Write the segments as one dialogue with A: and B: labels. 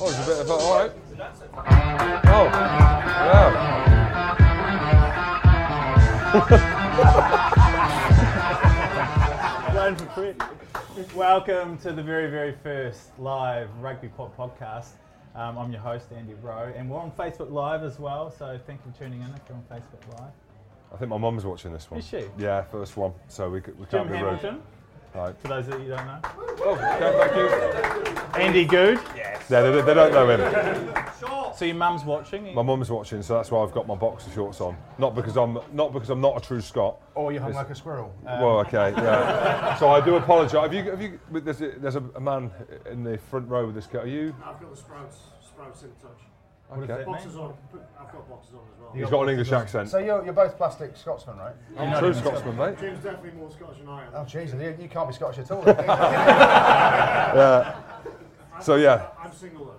A: Oh, it's a bit of a. All right. Oh, yeah.
B: Playing for Crit. Welcome to the very, very first live Rugby Pop podcast. Um, I'm your host, Andy Rowe, and we're on Facebook Live as well, so thank you for tuning in if you're on Facebook Live.
A: I think my mum's watching this one.
B: Is she?
A: Yeah, first one. So we, c- we can't
B: Jim
A: be rude.
B: Hamilton,
A: Right.
B: for those that you don't know.
A: Oh, okay, thank you.
B: Andy Good.
A: Yeah, they, they don't know him.
B: So your mum's watching.
A: My mum's watching, so that's why I've got my boxer shorts on. Not because I'm not because I'm not a true Scot.
C: Or you hung like a squirrel.
A: well, okay, yeah. So I do apologise. Have you? Have you? but There's a, there's a a man in the front row with this kit. Are you?
D: I've got the sprouts, sprouts in touch.
B: What does
A: okay.
B: that
D: Boxes
B: mean?
D: on, I've got boxes on as well.
A: He's got an English accent.
C: So you're, you're both plastic Scotsmen, right?
A: I'm a true Scotsman, mate.
D: Jim's definitely more Scottish than I am.
C: Oh, Jesus, you, you can't be Scottish at all. Fair
A: So yeah,
D: I'm single though.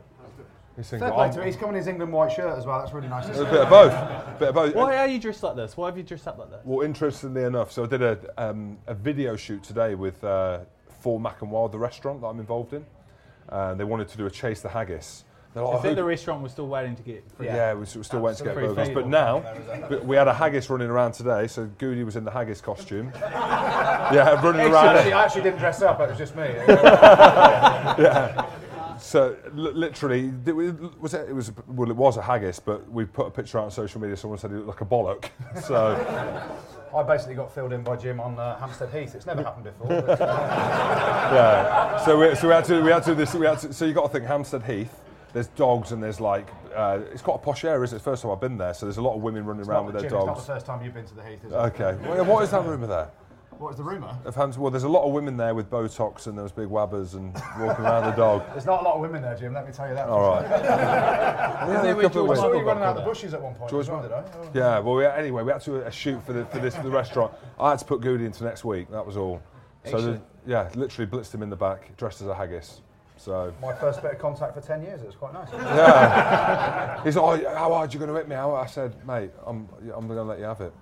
D: That's different.
A: he's
C: play to him. He's coming in his England white shirt as well. That's really nice. to
A: A
C: see.
A: bit of both. bit of both.
B: Why are you dressed like this? Why have you dressed up like this?
A: Well, interestingly enough, so I did a, um, a video shoot today with uh, For Mac and Wild, the restaurant that I'm involved in. Uh, they wanted to do a Chase the Haggis. They're like,
B: Oh, I think
A: "Who-
B: the restaurant was still waiting to get free.
A: yeah, we s- we still went to get
B: Absolutely.
A: burgers.
B: Free
A: But
B: food.
A: now, but we had a haggis running around today, so Goody was in the haggis costume. yeah, running around.
C: Actually, I actually didn't dress up. It was just me.
A: So li- literally, did we- was it, it was well, it was a haggis, but we put a picture out on social media. Someone said it looked like a bollock. So
C: I basically got filled in by Jim on uh, Hampstead Heath. It's never happened before. But, uh,
A: yeah, so we, so we had to we had to do this. We had to, so you got to think Hampstead Heath. There's dogs and there's like uh, it's quite a posh area. Isn't it? It's the first time I've been there, so there's a lot of women running around with
C: Jim,
A: their
C: it's not the
A: dogs.
C: first time you've been to the Heath, is it?
A: Okay, well, what is that rumour there?
C: What was the rumour?
A: Of Hampstead, well, there's a lot of women there with Botox and those big wabbers and walking around the dog.
C: There's not a lot of women there, Jim. Let me tell you that.
A: All right.
B: they
A: yeah, a
B: were
A: couple of
C: I
A: women.
B: George
C: saw you
B: Michael
C: running out
B: got
C: the bushes at one point.
A: George
C: as well, did I? Oh.
A: Yeah, well, we, anyway, we had to do a shoot for, the, for this for the restaurant. I had to put Goody into next week. That was all. So the, yeah, literally blitzed him in the back, dressed as a haggis. So
C: My first bit of contact for 10 years. It was quite nice.
A: he's like, oh, "How hard you going to hit me?" I I said, "Mate, I'm I'm going to let you have it."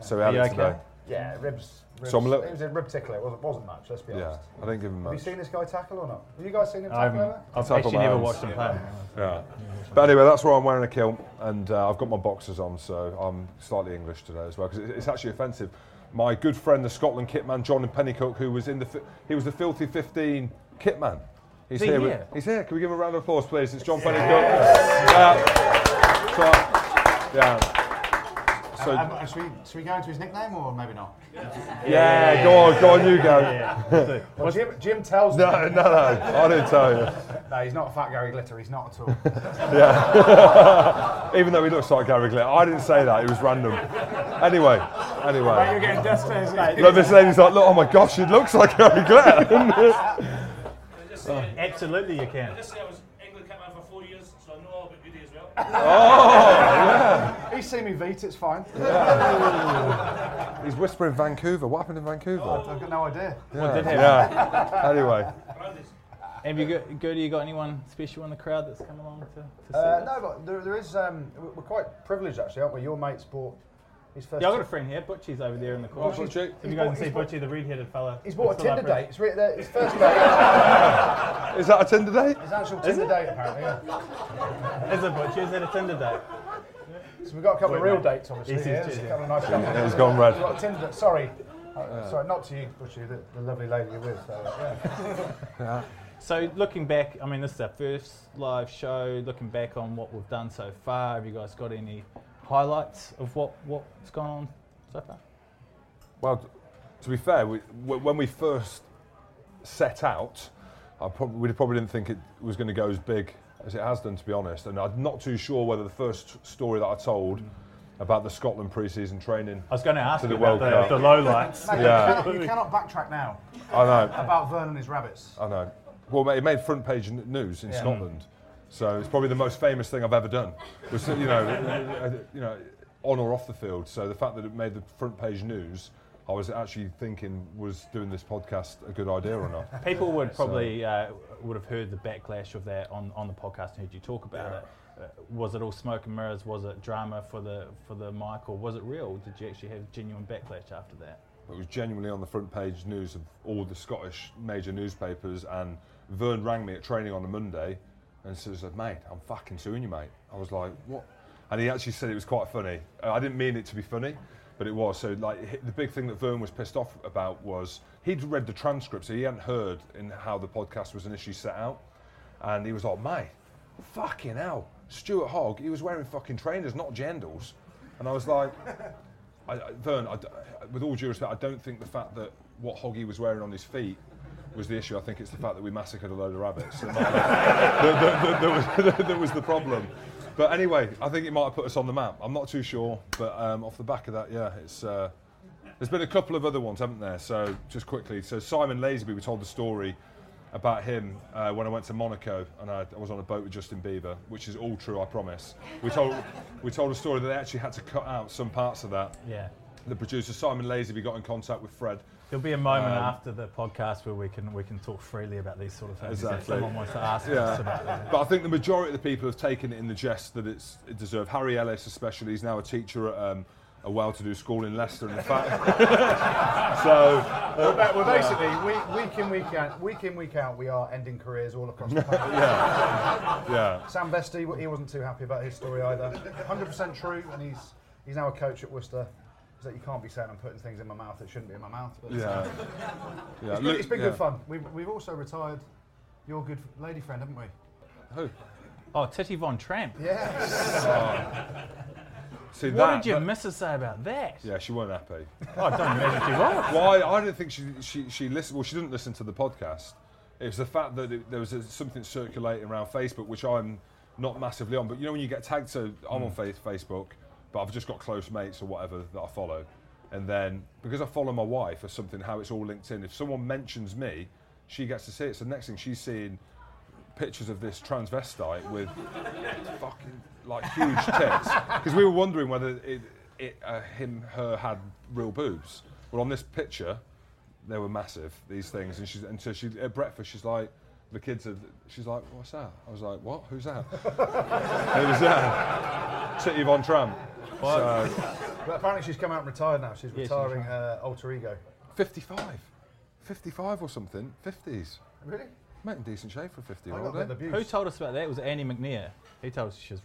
A: So we had
B: you
A: it
B: okay?
A: today.
C: yeah, ribs. ribs.
A: So I'm a little-
C: it was a rib tickler. It wasn't, wasn't much, let's be
A: Yeah,
C: honest.
A: I didn't give him
C: Have you
A: much.
C: seen this guy tackle or not? Have you guys seen him
B: I've,
C: tackle ever?
B: I've
A: I'll tackle
B: actually
A: my
B: never
A: hands.
B: watched him play.
A: Yeah. But anyway, that's why I'm wearing a kilt and uh, I've got my boxers on, so I'm slightly English today as well because it's actually offensive. My good friend, the Scotland kitman John Pennycook, who was in the fi- he was the filthy 15 kitman. He's
B: he
A: here. with-
B: here?
A: he's here. Can we give him a round of applause, please? It's John Pennycook. Yeah. So, yeah. So,
C: Um, uh, should, we, should we go into his nickname or maybe not?
A: yeah, go on, go on, you go.
C: Well, Jim, Jim tells me.
A: No, no, no, I didn't tell you.
C: No, he's not a fat Gary Glitter. He's not at all.
A: Even though he looks like Gary Glitter, I didn't say that. It was random. Anyway, anyway.
C: You're getting death stares. mate.
A: Look, this lady's like, look, oh my gosh, it looks like Harry Glenn.
C: Oh.
B: Absolutely, you can.
E: This year I was England captain for four years, so I know all about Goody as well.
A: Oh.
C: He's seen me beat. It's fine.
A: He's whispering Vancouver. What happened in Vancouver?
C: I've got no idea.
A: yeah. yeah. Anyway,
E: Brownies.
B: Have you got, Gertie, you got anyone special in the crowd that's come along to, to see
C: Uh,
B: this?
C: no, but there, there is. Um, we're we're quite privileged actually, aren't we? Your mate's bought his first.
B: Yeah, I've got a
C: ti-
B: friend here. Butchie's over there in the corner.
A: Oh, Butchie.
B: If you guys
C: He's bought-
B: can see
C: he's bought-
B: Butchie, the red-headed fella.
C: He's bought a
B: that's still
C: Tinder
B: up
C: date. It's written there. His first date.
A: is that a Tinder date?
C: His actual Tinder date apparently. Yeah.
B: for- Is it Butchie? Is it a Tinder date?
C: So we've got a couple of real dates obviously.
B: This is
C: here. There's a
B: Tinder.
C: couple of nice couples.
A: Yeah, he's gone red.
C: We've got a Tinder. date- Sorry. Uh, Sorry, not to you, Bushy, the, the lovely lady you're with. So, yeah.
B: So looking back, I mean, this is our first live show. Looking back on what we've done so far, have you guys got any highlights of what what's gone on so far?
A: Well, t- to be fair, we, w- when we first set out, I probably, we probably didn't think it was going to go as big as it has done, to be honest. And I'm not too sure whether the first story that I told about the Scotland pre-season training.
B: I was going to ask
A: To
B: you
A: the
B: about
A: World
B: the,
A: Cup.
B: the lowlights.
C: Mate, you
A: Yeah.
C: cannot- You, cannot backtrack now
A: I know.
C: about Vernon and his rabbits.
A: I know. Well, mate, it made front page n- news in Scotland, so it's probably the most famous thing I've ever done. Was you know, uh, you know, on or off the field. So the fact that it made the front page news, I was actually thinking was doing this podcast a good idea or not.
B: People would probably uh, would have heard the backlash of that on, on the podcast and heard you talk about it. Uh, was it all smoke and mirrors? Was it drama for the for the mic, or was it real? Did you actually have genuine backlash after that?
A: It was genuinely on the front page news of all the Scottish major newspapers. And Vern rang me at training on a Monday And so said, mate, I'm fucking suing you, mate. I was like, what? And he actually said it was quite funny. Uh, I didn't mean it to be funny, but it was. So like h- the big thing that Vern was pissed off about was he'd read the transcript, so he hadn't heard in how the podcast was initially set out. And he was like, mate, fucking hell, Stuart Hogg, he was wearing fucking trainers, not jandals. And I was like, I, I, Vern, I d with all due respect, I don't think the fact that what Hoggy was wearing on his feet was the issue. I think it's the fact that we massacred a load of rabbits. And that, that- that- that was, that was the problem. But anyway, I think it might have put us on the map. I'm not too sure, but um, off the back of that, yeah, it's. Uh, there's been a couple of other ones, haven't there? So just quickly, so Simon Lazyby, we told the story about him uh, when I went to Monaco and I, I was on a boat with Justin Bieber, which is all true, I promise. We told we told a story that they actually had to cut out some parts of that.
B: Yeah.
A: The producer Simon Lazyby got in contact with Fred.
B: There'll be a moment
A: Um,
B: after the podcast where we can we can talk freely about these sort of things. if
A: Exactly.
B: Someone wants to ask us about them.
A: But I think the majority of the people have taken it in the jest that it's it deserved. Harry Ellis, especially, he's now a teacher at um, a well-to-do school in Leicester. In fact, so
C: Well, ba- well, basically, we, week in, week out, week in, week out, we are ending careers all across the planet.
A: yeah,
C: Sam Vesti, w- he wasn't too happy about his story either. 100% true, and he's he's now a coach at Worcester. So you can't be saying I'm putting things in my mouth that shouldn't be in my mouth. But uh,
A: yeah, yeah. Luke-
C: it's, been, it's been
A: yeah.
C: good fun. We've, we've also retired your good lady friend, haven't we?
A: Who?
B: Oh, Titty Von Tramp.
C: Yeah.
A: See
B: What
A: that?
B: did your
A: that-
B: missus say about that?
A: yeah, she weren't happy.
B: Oh, I don't imagine she was.
A: Why? I don't think she she she listened. Well, she didn't listen to the podcast. It was the fact that it, there was a, something circulating around Facebook, which I'm not massively on. But you know, when you get tagged, so I'm on fa- Facebook, but I've just got close mates or whatever that I follow, and then because I follow my wife or something, how it's all linked in. If someone mentions me, she gets to see it. So next thing she's seeing pictures of this transvestite with fucking like huge tits because we were wondering whether it, it uh, him her had real boobs. Well, on this picture, they were massive. These things, and she's and so she at breakfast she's like. The kids are. She's like, "What's that?" I was like, "What? Who's that?" it was uh, that. Titty Von Tramp. So,
C: But apparently she's come out and retired now. She's
B: she's
C: retiring her alter ego.
A: 55, 55 or something, 50s.
C: Really?
A: Mate, in decent shape for a 50
C: I
A: year
C: got a
A: old.
C: bit of
A: Eh?
C: abuse.
B: Who told us about that? It was Annie McNair. He told us she was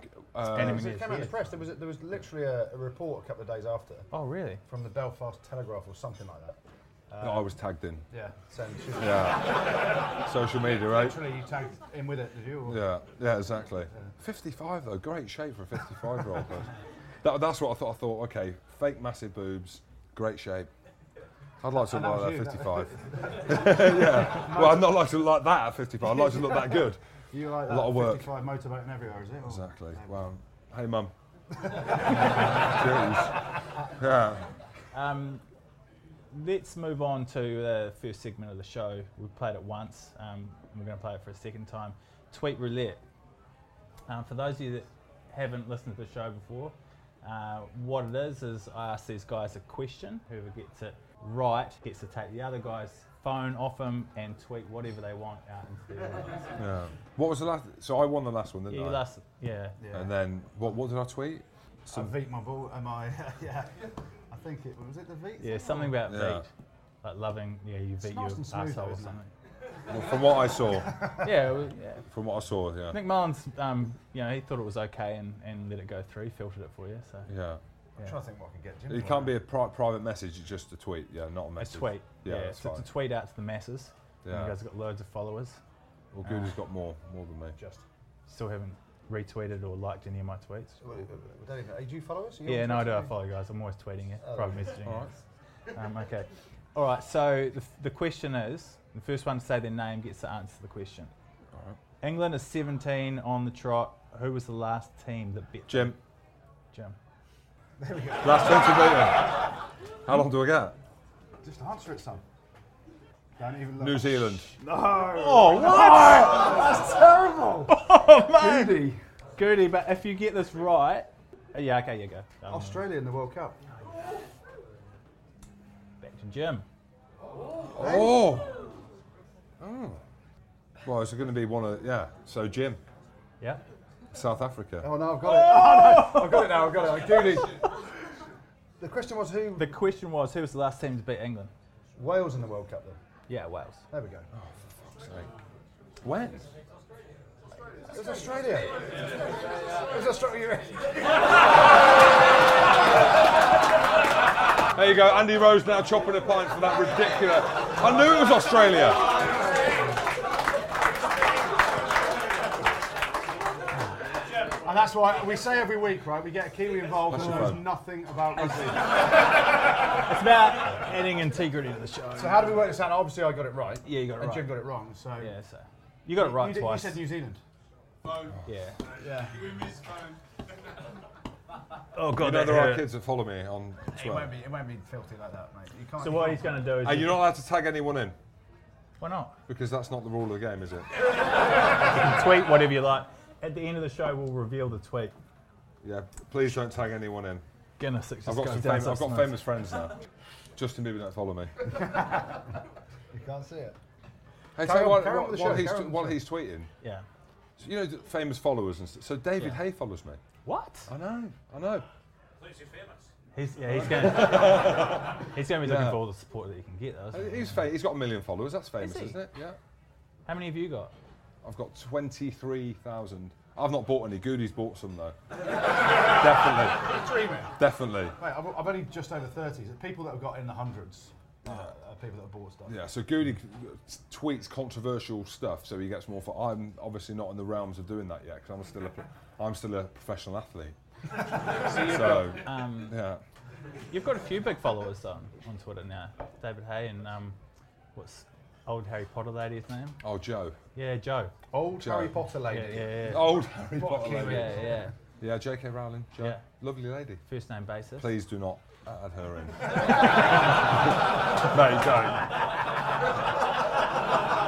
A: Darren. Uh,
B: Annie
C: Because it
B: McNair's
C: came out in the
B: here.
C: press. There was, there was literally a, a report a couple of days after
B: Oh, really?
C: from the Belfast Telegraph or something like that.
A: that I was tagged in.
C: Yeah. Saying she's
A: Yeah. Social media, right?
C: Literally, you tagged in with it, did you? Or-
A: Yeah, yeah, exactly. 55 though, great shape for a 55 year old. that, that's what I thought. I thought, okay, fake massive boobs, great shape. I'd like to
C: And that
A: look
C: was
A: like
C: you,
A: that
C: that-
A: at 55. yeah. Well, I'd not like to look like that at 55. I'd like to look that good.
C: You like
A: A lot of work.
C: 55 motivating everywhere, is it? Or-
A: Exactly. Well, hey, mum. Jeez. Yeah.
B: Um, let's move on to the first segment of the show. We've played it once. Um, and we're going to play it for a second time. Tweet roulette. Um, for those of you that haven't listened to the show before, uh, what it is is I ask these guys a question. Whoever gets it right gets to take the other guy's phone off them and tweet whatever they want out into the audience.
A: yeah. What was the last? So I won the last one, didn't
B: Yeah,
A: I?
B: you last, yeah.
C: Yeah.
A: And then what? What did I tweet?
C: I beat my ball. Am I? yeah. I think it was it the Veet.
B: Yeah, something about
A: Yeah.
B: beat. Like loving, yeah, you beat
C: nice
B: your
C: and smooth though,
B: asshole or
C: isn't it?
B: something.
A: Well, from what I saw,
B: yeah, well, yeah.
A: from what I saw, yeah.
B: Nick Mullins, um, you know, he thought it was okay and, and let it go through, filtered it for you. So
A: Yeah.
C: I'm trying to think what I can get. Jim
A: It
C: for
A: can't be a pri- private message, it's just a tweet, yeah, not a
B: a
A: message.
B: tweet, yeah,
A: Yeah, that's
B: so
A: fine.
B: it's a tweet out to the masses.
A: Yeah.
B: You guys have got loads of followers.
A: Well, Goody's got more, more than me.
C: Just.
B: Still haven't retweeted or liked any of my tweets.
C: Well, uh, Don't even, uh, do you follow us? Are you
B: Yeah,
C: on
B: no, I do.
C: Twitter?
B: I follow you guys. I'm always tweeting you,
C: Oh,
B: private messaging.
A: All
B: you. Um, okay. All right. So the, f- the question is: the first one to say their name gets to answer the question.
A: All right.
B: England is 17 on the trot. Who was the last team that beat
A: Jim,
B: Jim?
A: last team to beat him. How long do I get?
C: Just answer it, son. Don't even look.
A: New Zealand.
B: Oh, what?
C: That's terrible.
A: Oh,
B: Goody. Goody, but if you get this right. uh, Yeah, okay, you go. Um,
C: Australia in the World Cup.
B: Back to Jim.
A: Oh! Oh. Well, it's going to be one of, yeah, so Jim,
B: Yeah.
A: South Africa.
C: Oh no, I've got it. Oh, no. I've got it now. I've got it. Goody. The question was who?
B: The question was who was the last team to beat England?
C: Wales in the World Cup then.
B: Yeah, Wales.
C: There we go.
A: Fuck's sake. When?
C: It was Australia. It was Australia.
A: There you go, Andy Rose now chopping a pint for that ridiculous. I knew it was Australia.
C: And that's why we say every week, right? We get a Kiwi involved who
A: your
C: knows
A: phone.
C: nothing about rugby.
B: It's about adding integrity to the show.
C: So how do we work this out? Obviously, I got it right.
B: Yeah, you got it
C: and
B: right.
C: Jim got it wrong. So
B: yeah, so you got it right
C: you, did- you
B: twice.
C: said New Zealand.
B: yeah.
C: Yeah.
B: Oh god,
A: You know, there are kids that follow me on
C: It won't
A: Twitter.
C: be. It won't be filthy like that, mate. You can't.
B: So
C: you
B: what
C: can't-
B: he's going to do is
A: And you're not allowed to tag anyone in
B: why not
A: because that's not the rule of the game, is it?
B: tweet whatever you like. At the end of the show, we'll reveal the tweet.
A: Yeah, please don't tag anyone in.
B: Guinness, it just
A: I've got,
B: goes
A: some
B: down
A: famous, I've got
B: substance.
A: famous friends now. Justin Bieber don't follow me.
C: You can't see it.
A: Hey,
C: Carry
A: tell you
C: on-
A: what,
C: carry on
A: while,
C: with the
A: while
C: show,
A: he's,
C: carry on with
A: while
C: the show.
A: he's tweeting,
B: Yeah.
A: so you know, the famous followers and stuff. So David Hay follows me.
B: What?
A: I know, I know.
E: Thought you famous.
B: He's yeah, he's going to he's going to be looking
A: Yeah. Uh,
B: for all the support that he can get. Though, isn't he?
A: He's, fa- he's got a million followers. That's famous,
B: he?
A: is not it? Yeah.
B: How many have you got?
A: I've got 23,000. I've not bought any. Goody's bought some, though. Definitely.
C: Dreaming.
A: Definitely.
C: Mate, I've, I've only just over 30s. People that have got in the hundreds uh, are people that have bought stuff.
A: Yeah, so Goody c- tweets controversial stuff, so he gets more. Fo- I'm obviously not in the realms of doing that yet because I'm still a, pro- I'm still a professional athlete. so um, yeah,
B: You've got a few big followers though, on Twitter now. David Hay and um, what's old Harry Potter lady's name?
A: oh Joe,
B: Yeah, Joe.
C: Old
A: Joe.
C: Harry Potter lady.
B: Yeah, yeah, yeah.
A: old Harry
C: What a
A: Potter
C: Kiwi.
A: lady.
B: Yeah, yeah.
A: Yeah, J.K. Rowling, Joe,
B: Yeah.
A: lovely lady.
B: First name basis.
A: Please do not add her in.
B: No, you don't.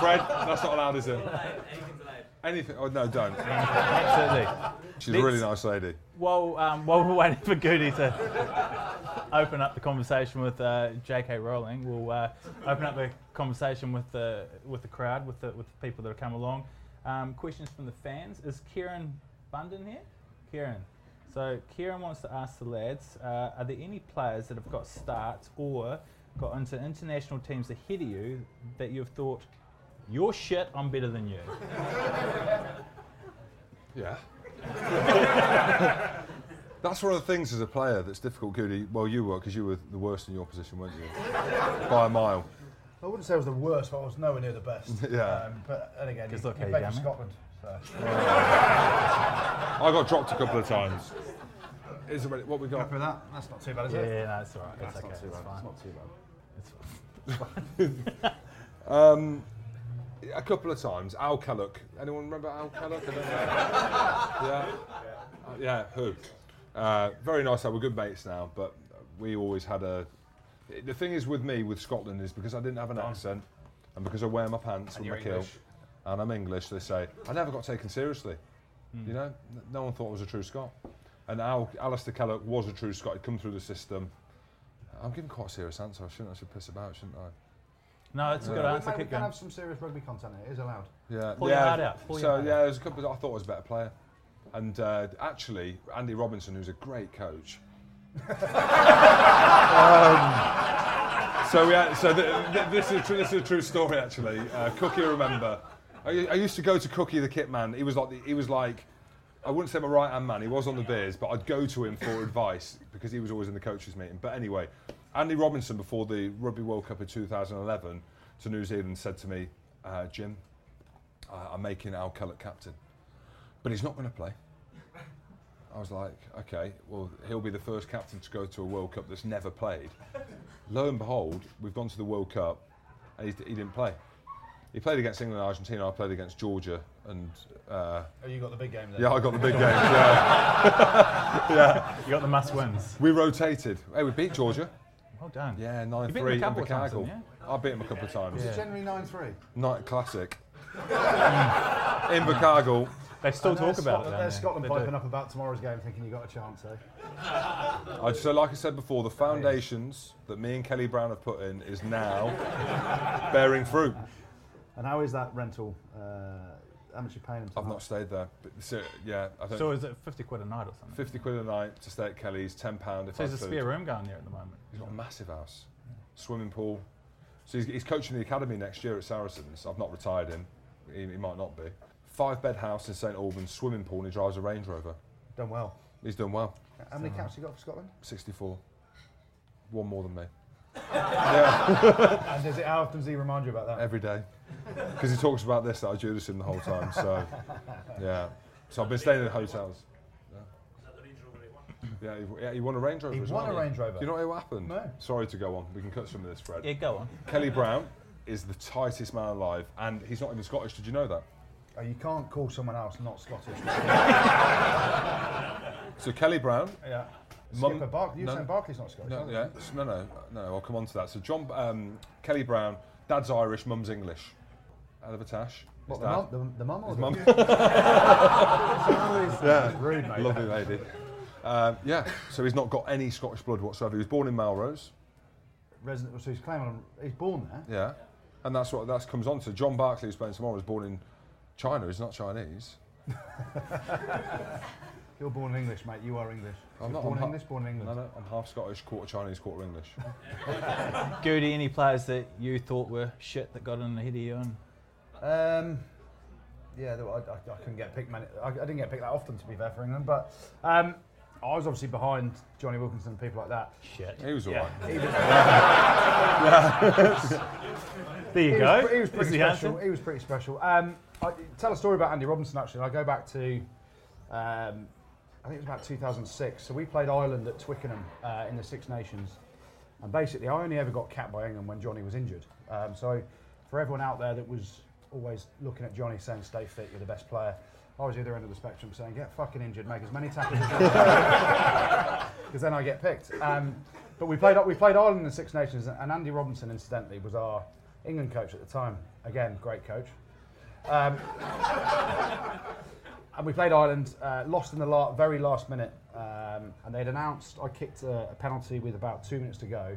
A: Fred, that's not allowed, is it?
E: Anything delayed.
A: Anything? Oh no, don't.
B: Absolutely.
A: She's a really nice lady.
B: Well, um, while we're waiting for Goody to open up the conversation with uh, J.K. Rowling, we'll uh, open up the conversation with the with the crowd, with the with the people that have come along. Um, questions from the fans. Is Kieran Bunden here? Kieran. So Kieran wants to ask the lads: uh, Are there any players that have got starts or got into international teams ahead of you that you've thought, "You're shit. I'm better than you."
A: Yeah. that's one of the things as a player that's difficult, Goody. Well, you were because you were the worst in your position, weren't you? By a mile.
C: I wouldn't say I was the worst, but I was nowhere near the best.
A: Yeah.
C: Um, but then again, you,
B: 'Cause
C: you
B: look how you
C: played for
B: done it.
C: Scotland. So.
A: I got dropped a couple of times. Is it ready? What we got?
C: Happy with that? That's not too bad, is
B: Yeah,
C: it?
B: yeah, no, it's all right. It's
C: That's
B: okay.
C: not too
B: It's
C: bad. That's
B: fine.
C: not too bad.
B: It's fine.
A: A couple of times. Al Kellogg. Anyone remember Al Kellogg? I don't know. yeah. Uh, yeah. Who? Uh, very nice. We're good mates now, but we always had a. The thing is with me with Scotland is because I didn't have an accent, and because I wear my pants
C: And
A: with my
C: you're
A: kilt,
C: English.
A: and I'm English. They say I never got taken seriously.
C: Hmm.
A: You know, N- no one thought I was a true Scot. And Al, Alistair Kellogg was a true Scot. He'd come through the system. I'm giving quite a serious answer. I shouldn't. I should piss about, shouldn't I?
B: No, it's a good
C: Well,
B: answer.
C: mate, we
B: Keep
C: can
B: going.
C: have some serious rugby content here. It is allowed.
A: Yeah.
B: Pull
A: yeah.
B: your heart out, pull your
A: so
B: heart
A: yeah,
B: out.
A: there's a couple. That I thought was a better player, and uh, actually Andy Robinson, who's a great coach. um, so yeah, so th- th- this is a true, this is a true story actually. Uh, Cookie, I remember, I, u- I used to go to Cookie the kit man. He was like the, he was like. I wouldn't say my right hand man, he was on the beers, but I'd go to him for advice because he was always in the coaches' meeting. But anyway, Andy Robinson, before the Rugby World Cup in 2011 to New Zealand, said to me, uh, Jim, I- I'm making Al Kellett captain, but he's not going to play. I was like, okay, well, he'll be the first captain to go to a World Cup that's never played. Lo and behold, we've gone to the World Cup, and he, he didn't play. He played against England and Argentina. I played against Georgia, and uh,
C: Oh, you got the big game there.
A: yeah, I got the big games. Yeah.
B: You got the must wins.
A: We rotated. Hey, we beat Georgia.
B: Well done.
A: Yeah, nine
B: beat them a
A: three in
B: couple of times,
A: Bicagel.
B: didn't
A: I beat him a couple of times.
B: Yeah.
C: January 9 3.
A: Night classic. in Bicagel.
B: They still talk about it. don't
C: There's
B: they?
C: Scotland
B: They do.
C: piping up about tomorrow's game thinking you got a chance, eh?
A: I, so, like I said
B: Oh,
A: before, the foundations that me and Kelly Brown have put in is now bearing fruit.
C: And how is that rental? Uh, how much you paying them?
A: I've not stayed there. But so, yeah, I think
B: So is it 50 quid a night or something?
A: 50 quid a night to stay at Kelly's, £10 if
B: So
A: I
B: there's a
A: food.
B: spare room going there at the moment.
A: He's got a massive house, swimming pool. So he's, he's coaching the academy next year at Saracens. I've not retired him. He, he might not be. Five bed house in St Albans, swimming pool, and he drives a Range Rover.
C: Done well.
A: He's done well.
C: How many caps you got for Scotland?
A: 64. One more than me.
C: and does it, how often does he remind you about that?
A: Every day. Because he talks about this, that I Judas him the whole time. So, yeah. So I've been staying in hotels.
E: Is that the Range Rover 81?
A: Yeah, he, yeah, he won a Range Rover.
C: He
A: as
C: won
A: well.
C: a Range Rover.
A: Do you know what happened?
C: No.
A: Sorry to go on. We can cut some of this, Fred.
B: Yeah, go on.
A: Kelly Brown is the tightest man alive, and he's not even Scottish. Did you know that?
C: Oh, you can't call someone else not Scottish.
A: So Kelly Brown,
C: yeah.
A: Mum-
C: Skipper Bark. You
A: no.
C: were saying Barkley's not Scottish?
A: no,
C: are they?
A: yeah, s- no, no, no. I'll come on to that. So John, um, Kelly Brown, dad's Irish, mum's English. Out of a tash.
C: What, the
A: His dad.
C: mum, the, the mum or
A: His
C: the
A: mum.
C: yeah. Rude, mate.
A: Lovely lady. Um, yeah, so he's not got any Scottish blood whatsoever. He was born in Melrose.
C: Resident, so he's claiming on- he's born there.
A: Yeah, and that's what that comes on to. John Barclay, who's playing tomorrow, was born in China. He's not Chinese.
C: You're born in English, mate. You are English.
A: I'm
C: You're
A: not,
C: born
A: I'm
C: in
A: ha-
C: English, born in England.
A: No, no, I'm half Scottish, quarter Chinese, quarter English.
B: Goody, any players that you thought were shit that got in the head of you? And
C: Um, yeah, there were- I, I, I couldn't get picked. Many, I, I didn't get picked that often, to be fair for England. But um, I was obviously behind Johnny Wilkinson and people like that.
B: shit.
A: He was all right.
B: There you
C: He
B: go.
C: was, pre- he
B: Is
C: was pretty
B: the
C: special.
B: answer.
C: He was pretty special. Um, I, tell a story about Andy Robinson actually. And I go back to, um, I think it was about 2006. So we played Ireland at Twickenham uh, in the Six Nations, and basically I only ever got capped by England when Johnny was injured. Um, so for everyone out there that was always looking at Johnny saying stay fit, you're the best player. I was the other end of the spectrum saying get fucking injured, make as many tackles as you can because then I get picked. Um, but we played we played Ireland in the Six Nations, and Andy Robinson, incidentally, was our England coach at the time. Again, great coach. Um, and we played Ireland, uh, lost in the la- very last minute, um, and they'd announced I kicked a, a penalty with about two minutes to go,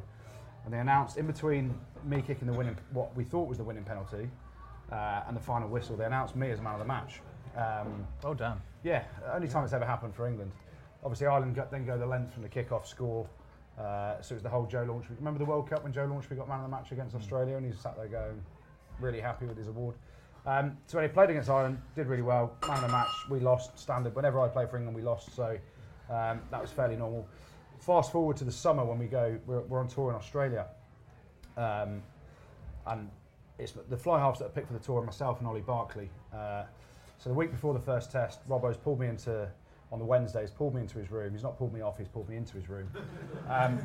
C: and they announced in between me kicking the winning what we thought was the winning penalty uh, and the final whistle, they announced me as man of the match. Um,
B: Well done.
C: yeah, only time it's ever happened for England. Obviously, Ireland got, then go the length from the kick-off score. Uh, so it was the whole Joe Launchby. Remember the World Cup when Joe Launchby got man of the match against Australia, and he sat there going, really happy with his award. Um, so when he played against Ireland, did really well. Man of the match, we lost standard. Whenever I play for England, we lost. So um, that was fairly normal. Fast forward to the summer when we go, we're, we're on tour in Australia. Um, and it's the fly halves that are picked for the tour, are myself and Ollie Barkley. Uh, so the week before the first test, Robbo's pulled me into on the Wednesdays, pulled me into his room. He's not pulled me off; he's pulled me into his room. Um,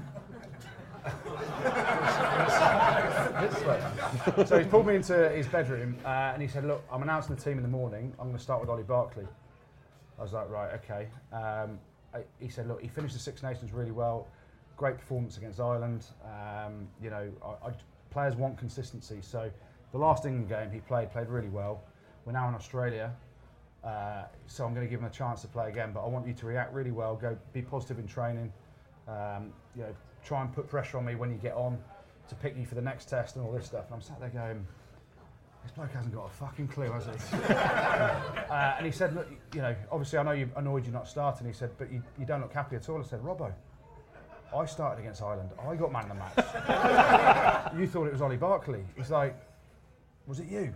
C: This way. so he's pulled me into his bedroom uh, and he said, "Look, I'm announcing the team in the morning. I'm going to start with Ollie Barkley." I was like, "Right, okay." Um, I, he said, "Look, he finished the Six Nations really well. Great performance against Ireland. Um, you know, I, I, players want consistency. So the last England game he played played really well. We're now in Australia." Uh, so I'm going to give him a chance to play again, but I want you to react really well. Go, be positive in training. Um, you know, try and put pressure on me when you get on to pick you for the next test and all this stuff. And I'm sat there going, this bloke hasn't got a fucking clue, has he? uh, and he said, look, you know, obviously I know you annoyed you're not starting. He said, but you, you don't look happy at all. I said, Robbo, I started against Ireland. I got man of the match. you thought it was Ollie Barkley. He's like, was it you?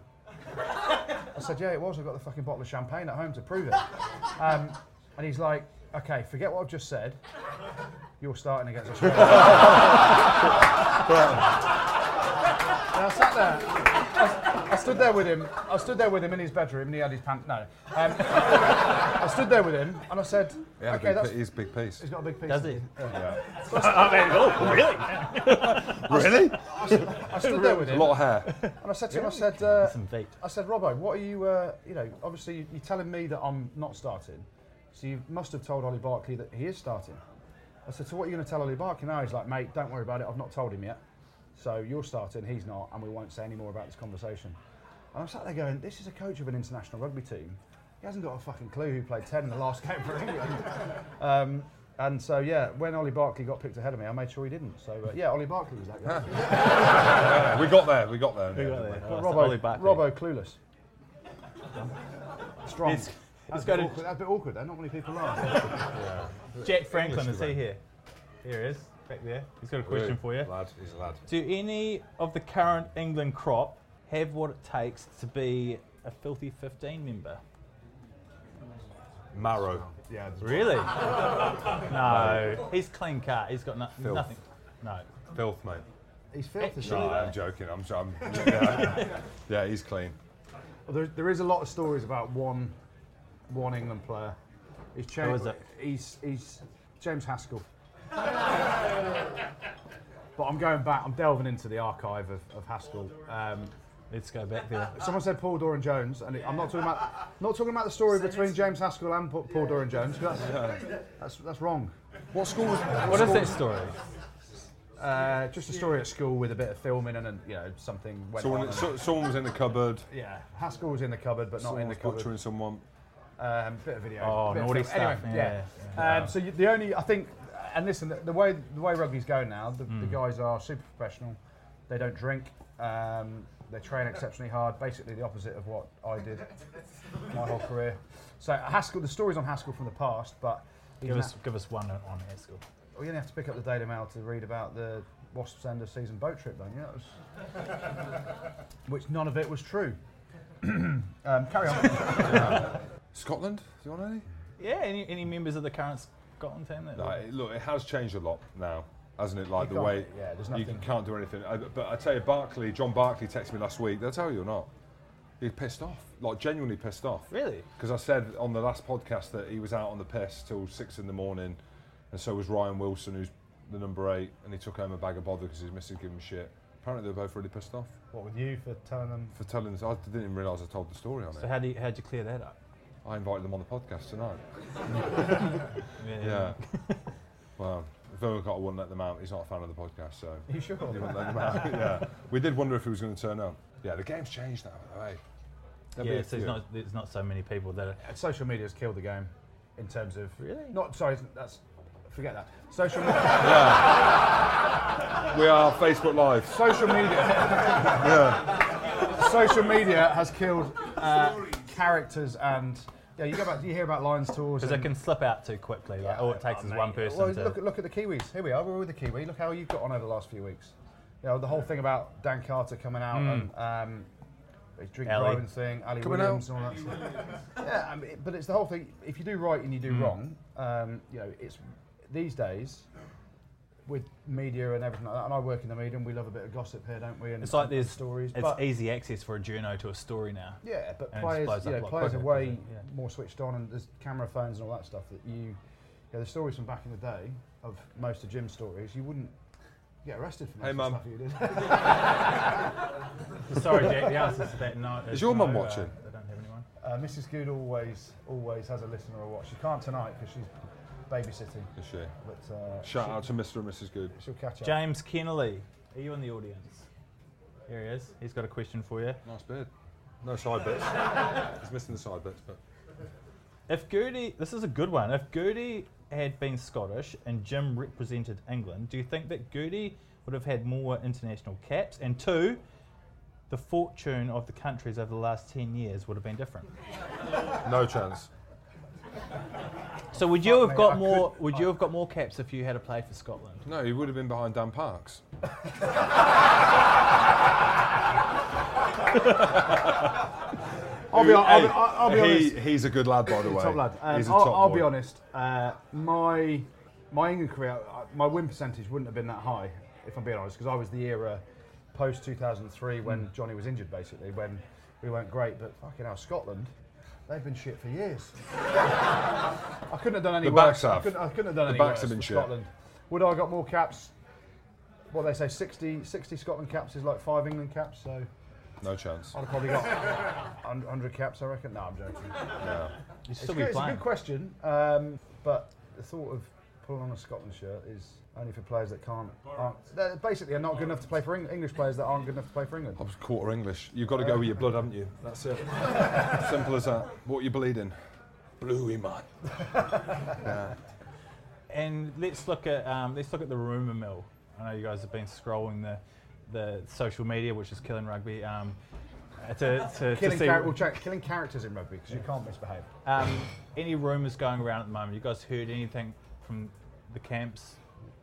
C: I said, yeah, it was. I've got the fucking bottle of champagne at home to prove it. Um, and he's like, okay, forget what I've just said. You're starting against Australia. and I sat there. I, I stood there with him. I stood there with him in his bedroom, and he had his pants. No, um, I stood there with him, and I said,
A: Yeah,
C: okay, that's.
A: he's a big piece.
C: He's got a big piece.
B: Does
C: of-
B: he?
E: oh, really?
A: Really?
C: I stood there with
A: A
C: him,
A: lot of hair.
C: and I said to him, I said, uh,
B: Some feet.
C: I said, Robbo, what are you, uh, you know, obviously you- you're telling me that I'm not starting. So you must have told Ollie Barkley that he is starting. I said, so what are you going to tell Ollie Barkley now? He's like, mate, don't worry about it. I've not told him yet. So you're starting, he's not, and we won't say any more about this conversation. And I'm sat there going, this is a coach of an international rugby team. He hasn't got a fucking clue who played 10 in the last game for England. um, and so, yeah, when Ollie Barkley got picked ahead of me, I made sure he didn't. So, uh, yeah, Ollie Barkley was that guy.
A: we got there. We got there. in the
B: Who
A: end,
B: got
A: didn't
B: there?
A: we?
B: Oh, it's Ollie
C: Robbo,
B: Barkley.
C: Robbo clueless. Strong.
B: It's-
C: that's,
B: it's
C: a bit
B: got a-
C: awkward. that's a bit awkward. Though. Not many people are.
B: Jack Franklin, is he here? Here he is, back there. He's got a question for you.
A: Lad, he's a lad.
B: Do any of the current England crop have what it takes to be a filthy 15 member.
A: Marrow.
C: Yeah, there's-
B: Really? no, he's clean cut. He's got no,
A: Filth.
B: nothing. No.
A: Filth, mate.
C: he's filthy.
A: No,
B: Surely
A: I'm
B: not.
A: joking. I'm, I'm yeah. yeah, he's clean.
C: Well, There, there is a lot of stories about one, one England player. He's changed.
B: is it?
C: He's he's James Haskell. but I'm going back. I'm delving into the archive of, of Haskell. Um,
B: Let's go back there.
C: someone said Paul Doran Jones, and it, I'm not talking about not talking about the story between James Haskell and Paul, Paul Doran Jones. 'cause That's, that's that's wrong.
A: What school was
B: What is that story?
C: Uh, just a story at school with a bit of filming and, and you know something went on.
A: Someone,
C: and-
A: so, someone was in the cupboard.
C: yeah, Haskell was in the cupboard, but not
A: Someone
C: in the
A: was
C: cupboard.
A: butchering someone.
C: Um, bit of video.
B: Oh,
C: bit of
B: naughty
C: film. Anyway,
B: stuff,
C: yeah.
B: yeah,
C: Um, so you, the only I think, and listen, the, the way the way rugby's going now, the, the guys are super professional. They don't drink. Um, they train exceptionally hard. Basically, the opposite of what I did my whole career. So Haskell, the stories on Haskell from the past, but he's
B: Give us,
C: na-
B: give us one on Haskell.
C: we only have to pick up the Daily Mail to read about the Wasps end of season boat trip, don't you? That was, which none of it was true. um, carry on.
A: Scotland? Do you want any?
B: Yeah, any, any members of the current Scotland team? That
A: No, it- look, it has changed a lot now, hasn't it? Like
C: You
A: the
C: can't-
A: way
C: yeah, there's
A: you
C: nothing-
A: can't do anything. I, but I tell you, Barkley, John Barkley texted me last week. Did I tell you or not? He pissed off, like genuinely pissed off.
B: Really?
A: Because I said on the last podcast that he was out on the piss till six in the morning, and so was Ryan Wilson, who's the number eight, and he took home a bag of bother because his missus gave him shit. Apparently, they were both really pissed off
C: What with you for telling them?
A: for telling us. I didn't even realise I told the story on
B: So
A: it.
B: how do you, how'd you clear that up?
A: I invited them on the podcast tonight. Yeah. well, if anyone got one, let them out. He's not a fan of the podcast, so.
C: Are you sure?
A: They wouldn't let him out. yeah, we did wonder if he was going to turn up. Yeah, the game's changed now. by the way. There'll be
B: Yeah,
A: a
B: so there's
A: few.
B: not, there's not so many people that are.
C: Uh, Social media's killed the game in terms of
B: Really?
C: not sorry that's forget that social media
A: We are Facebook Live.
C: social media social media has killed uh, characters and yeah you go back you hear about Lions tours
B: Because it
C: and-
B: can slip out too quickly. Like, all it takes is one person
C: oh, well,
B: to.
C: look, at- look at the Kiwis here we are we're with the Kiwi look how you've got on over the last few weeks you know the whole thing about Dan Carter coming out
B: Hmm.
C: and um, his drink
B: Ali.
C: driving thing Ali
A: Coming
C: Williams and all that stuff. Yeah, I mean, but it's the whole thing. If you do right and you
B: Hmm.
C: do wrong, um, you know, it's these days with media and everything like that. And I work in the media, and we love a bit of gossip here, don't we? And
B: it's like
C: and
B: there's
C: stories.
B: It's
C: but,
B: easy access for a journo to a story now.
C: yeah, but
B: and it just
C: players,
B: blows
C: you
B: up
C: know,
B: a lot
C: players are
B: quicker,
C: way
B: doesn't it? Yeah.
C: more switched on, and there's camera phones and all that stuff that you, you know, the stories from back in the day of most of Jim's stories, you wouldn't. Get arrested for most
A: Hey,
C: of the
A: Mum.
C: stuff you did.
B: Sorry, Jack. The answer to that no.
A: Is your
B: no,
A: mum
B: uh,
A: watching?
B: they don't have anyone.
C: Uh, Mrs. Good always, always has a listen or a watch. She can't tonight because she's babysitting,
A: Is she?
C: but uh,
A: Shout out to Mr. and Mrs. Good.
C: she'll catch up.
B: James Kennelly, are you in the audience? Here he is. He's got a question for you.
A: Nice beard. No side bits. He's missing the side bits, but
B: If Goody, this is a good one. If Goody had been Scottish and Jim represented England, do you think that Goody would have had more international caps? And two, the fortune of the countries over the last 10 years would have been different.
A: no chance.
B: So would you have
C: mate,
B: got
C: I
B: more would you have got more caps if you had played for Scotland?
A: No, he would have been behind Dan Parks.
C: I'll be, I'll be,
A: Hey,
C: I'll be
A: he,
C: honest.
A: He's a good lad, by the way.
C: top lad. Um,
A: he's a
C: I'll,
A: top
C: I'll
A: boy.
C: be honest. Uh, my my England career, uh, my win percentage wouldn't have been that high, if I'm being honest, because I was the era post 2003
A: Hmm.
C: when Johnny was injured, basically, when we weren't great. But fucking hell, Scotland, they've been shit for years. I couldn't have done any
A: The
C: worse.
A: backs
C: I
A: have.
C: couldn't, I couldn't have done
A: The
C: any
A: backs
C: worse
A: have been
C: for
A: shit.
C: Scotland. Would I have got more caps? What they say, 60, 60 Scotland caps is like five England caps, so
A: No chance.
C: I'd have probably got 100 caps, I reckon. No, I'm joking.
A: No.
B: You'd
C: It's,
B: still
C: good,
B: be
C: it's a
B: playing.
C: good question, um, but the thought of pulling on a Scotland shirt is only for players that can't. Aren't, they're basically, are not good enough to play for Eng- English players that aren't good enough to play for England.
A: I was quarter English. You've got to go with your blood, haven't you? That's it. Simple as that. What you bleeding? Bluey man.
B: And let's look at um, let's look at the rumor mill. I know you guys have been scrolling the the social media, which is killing rugby. Um, uh, to, to, to
C: Killing,
B: see
C: char- well, check, killing characters in rugby because you can't misbehave.
B: um, any rumors going around at the moment. You guys heard anything from the camps?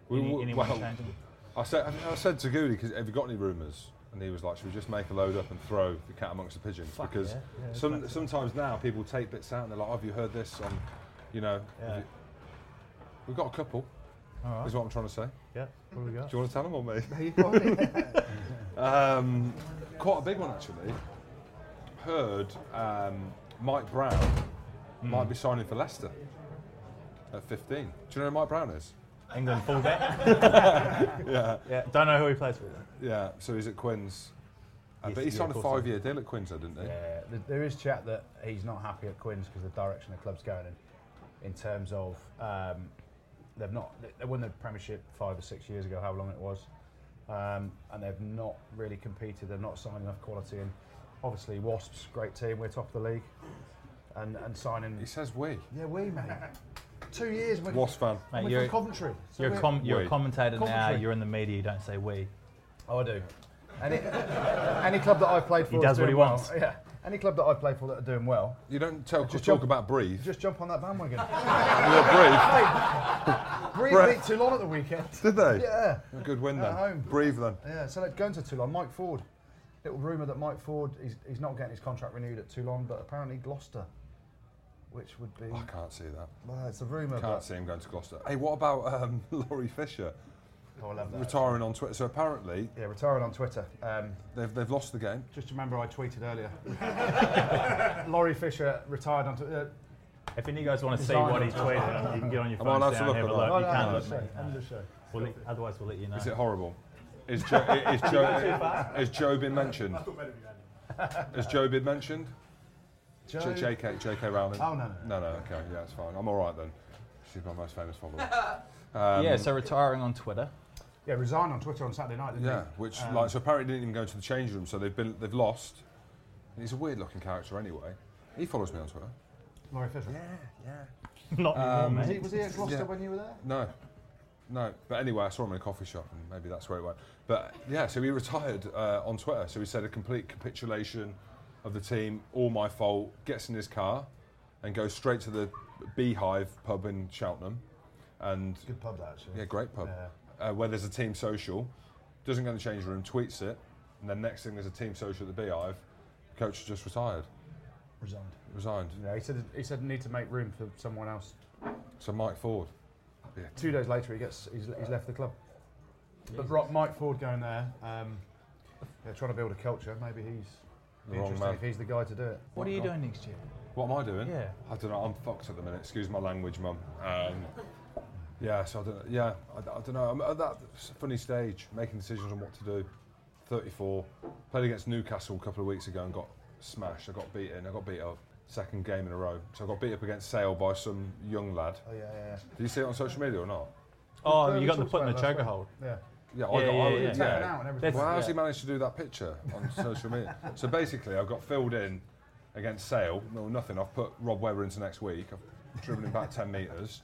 A: We
B: Any-
A: w-
B: anyone
A: well-
B: changing?
A: I said, I said to Goody, 'cause have you got any rumours? and he was like, "Should we just make a load up and throw the cat amongst the pigeons?"
B: Fuck
A: because
B: yeah, yeah, that's
A: some sometimes now people take bits out and they're like, "Have you heard this?" on, you know, have
B: Yeah.
A: you-" we've got a couple.
B: All right.
A: Is what I'm trying to say.
B: Yeah. What do we got?
A: Do you want to tell them or me?
C: You got it.
A: Um, quite a big one actually. Heard um, Mike Brown might be signing for Leicester at 15. Do you know who Mike Brown is?
B: England fullback.
A: Yeah,
B: yeah. Don't know who he plays for.
A: yeah. So he's at Quinns. Uh,
B: Yes,
A: but he
B: yeah,
A: signed
B: of
A: a
B: course he-
A: five-year deal at Quinns, though, didn't he?
C: Yeah, Uh, th- there is chat that he's not happy at Quinn's because the direction the club's going in, in terms of um, they've not they- they won the Premiership five or six years ago, how long it was, um, and they've not really competed. They've not signed enough quality, and obviously Wasps, great team, we're top of the league, and and signing.
A: He says we.
C: yeah, we mate. Two years we're,
A: Wasp fan.
B: Mate,
C: we're
B: you're,
C: from Coventry. So
B: you're, a
C: we're-
B: com- you're a
A: Wait.
B: commentator now.
C: Coventry.
B: You're in the media. You don't say we.
C: Oh, I do. Any, any club that I've played for
B: He
C: is
B: does what
C: doing
B: he
C: well.
B: wants.
C: Yeah, any club that I've played for that are doing well,
A: You don't tell,
C: Just
A: just
C: jump-
A: talk about breathe.
C: just jump on that bandwagon.
A: Well, breathe.
C: Breathe
A: Brett.
C: beat Toulon at the weekend.
A: Did they?
C: Yeah,
A: A good win
C: At
A: then.
C: home.
A: Breathe then.
C: yeah. So like, going to Toulon, Mike Ford. Little rumor that Mike Ford he's, he's not getting his contract renewed at Toulon, but apparently Gloucester, which would be
A: I can't see that.
C: well, it's a rumor.
A: Can't
C: But,
A: see him going to Gloucester. Hey, what about um, Laurie Fisher
C: oh, I love that.
A: retiring on Twitter? So apparently
C: yeah, retiring on Twitter. Um,
A: they've, they've lost the game.
C: just remember I tweeted earlier. Laurie Fisher retired on uh, Twitter.
B: If any of you guys want to see
C: Design
B: what he
C: it.
B: tweeted, you can get on your
A: Am I
B: phone
A: allowed
B: now
A: to
B: and
A: look
B: have a
A: at that?
B: look. You can't
C: Oh, no,
B: look, mate.
C: end of the show.
B: We'll let- otherwise, we'll let you know.
A: Is it horrible? Is Joe, is Joe, is Joe been mentioned?
D: That's not better than that.
A: Has Joe been mentioned? J-
C: Joe-
A: JK, JK Rowling?
C: Oh, no,
A: No, no, okay, yeah, it's fine. I'm all right then. She's my most famous follower. um,
B: yeah, so retiring on Twitter.
C: Yeah, resigned on Twitter on Saturday night. Didn't
A: Yeah,
C: he?
A: which
C: Um,
A: like so apparently didn't even go to the change room, so they've been they've lost. And he's a weird looking character anyway. He follows me on Twitter.
C: Laurie Fisher.
B: Not
A: Um,
B: anymore,
C: Was, he,
B: mate.
C: was he at Gloucester
A: Yeah.
C: when you were there?
A: No, no. But anyway, I saw him in a coffee shop, and maybe that's where it went. But yeah, so he retired uh, on Twitter. So he said a complete capitulation of the team, all my fault. Gets in his car and goes straight to the Beehive pub in Cheltenham, and
C: Good pub that actually.
A: yeah, great pub.
C: Yeah.
A: Uh, where there's a team social, doesn't go in the change room, tweets it, and then next thing there's a team social at the Beehive. Coach just retired,
C: Resigned.
A: resigned.
C: Yeah, he said he said need to make room for someone else.
A: So Mike Ford. Yeah.
C: Two days later, he gets he's, he's left the club. But Rob, Mike Ford going there, um, they're trying to build a culture. Maybe he's
A: The
C: be
A: wrong
C: interesting
A: man.
C: if he's the guy to do it.
B: What are
A: Oh
B: you doing next year?
A: What am I doing?
B: Yeah.
A: I don't know. I'm fucked at the minute. Excuse my language, mum. Um, yeah. So I don't. Yeah. I, don't know. I'm at that funny stage, making decisions on what to do. 34. Played against Newcastle a couple of weeks ago and got smashed. I got beaten. I got beat up. Second game in a row. So I got beat up against Sale by some young lad.
C: Oh yeah, yeah,
A: Did you see it on social media or not?
B: Oh,
C: Yeah,
B: you
C: we
B: got the
C: talked
B: put in the
C: about it last
B: choker
C: week.
B: hold.
C: yeah.
A: Yeah.
B: Yeah,
A: I got, I,
B: yeah, yeah.
C: yeah. Taken out and everything.
B: That's-
A: Well, how's he
B: yeah.
A: managed to do that picture on social media? So basically, I got filled in against Sale. No, nothing. I've put Rob Webber into next week. I've driven him back 10 metres.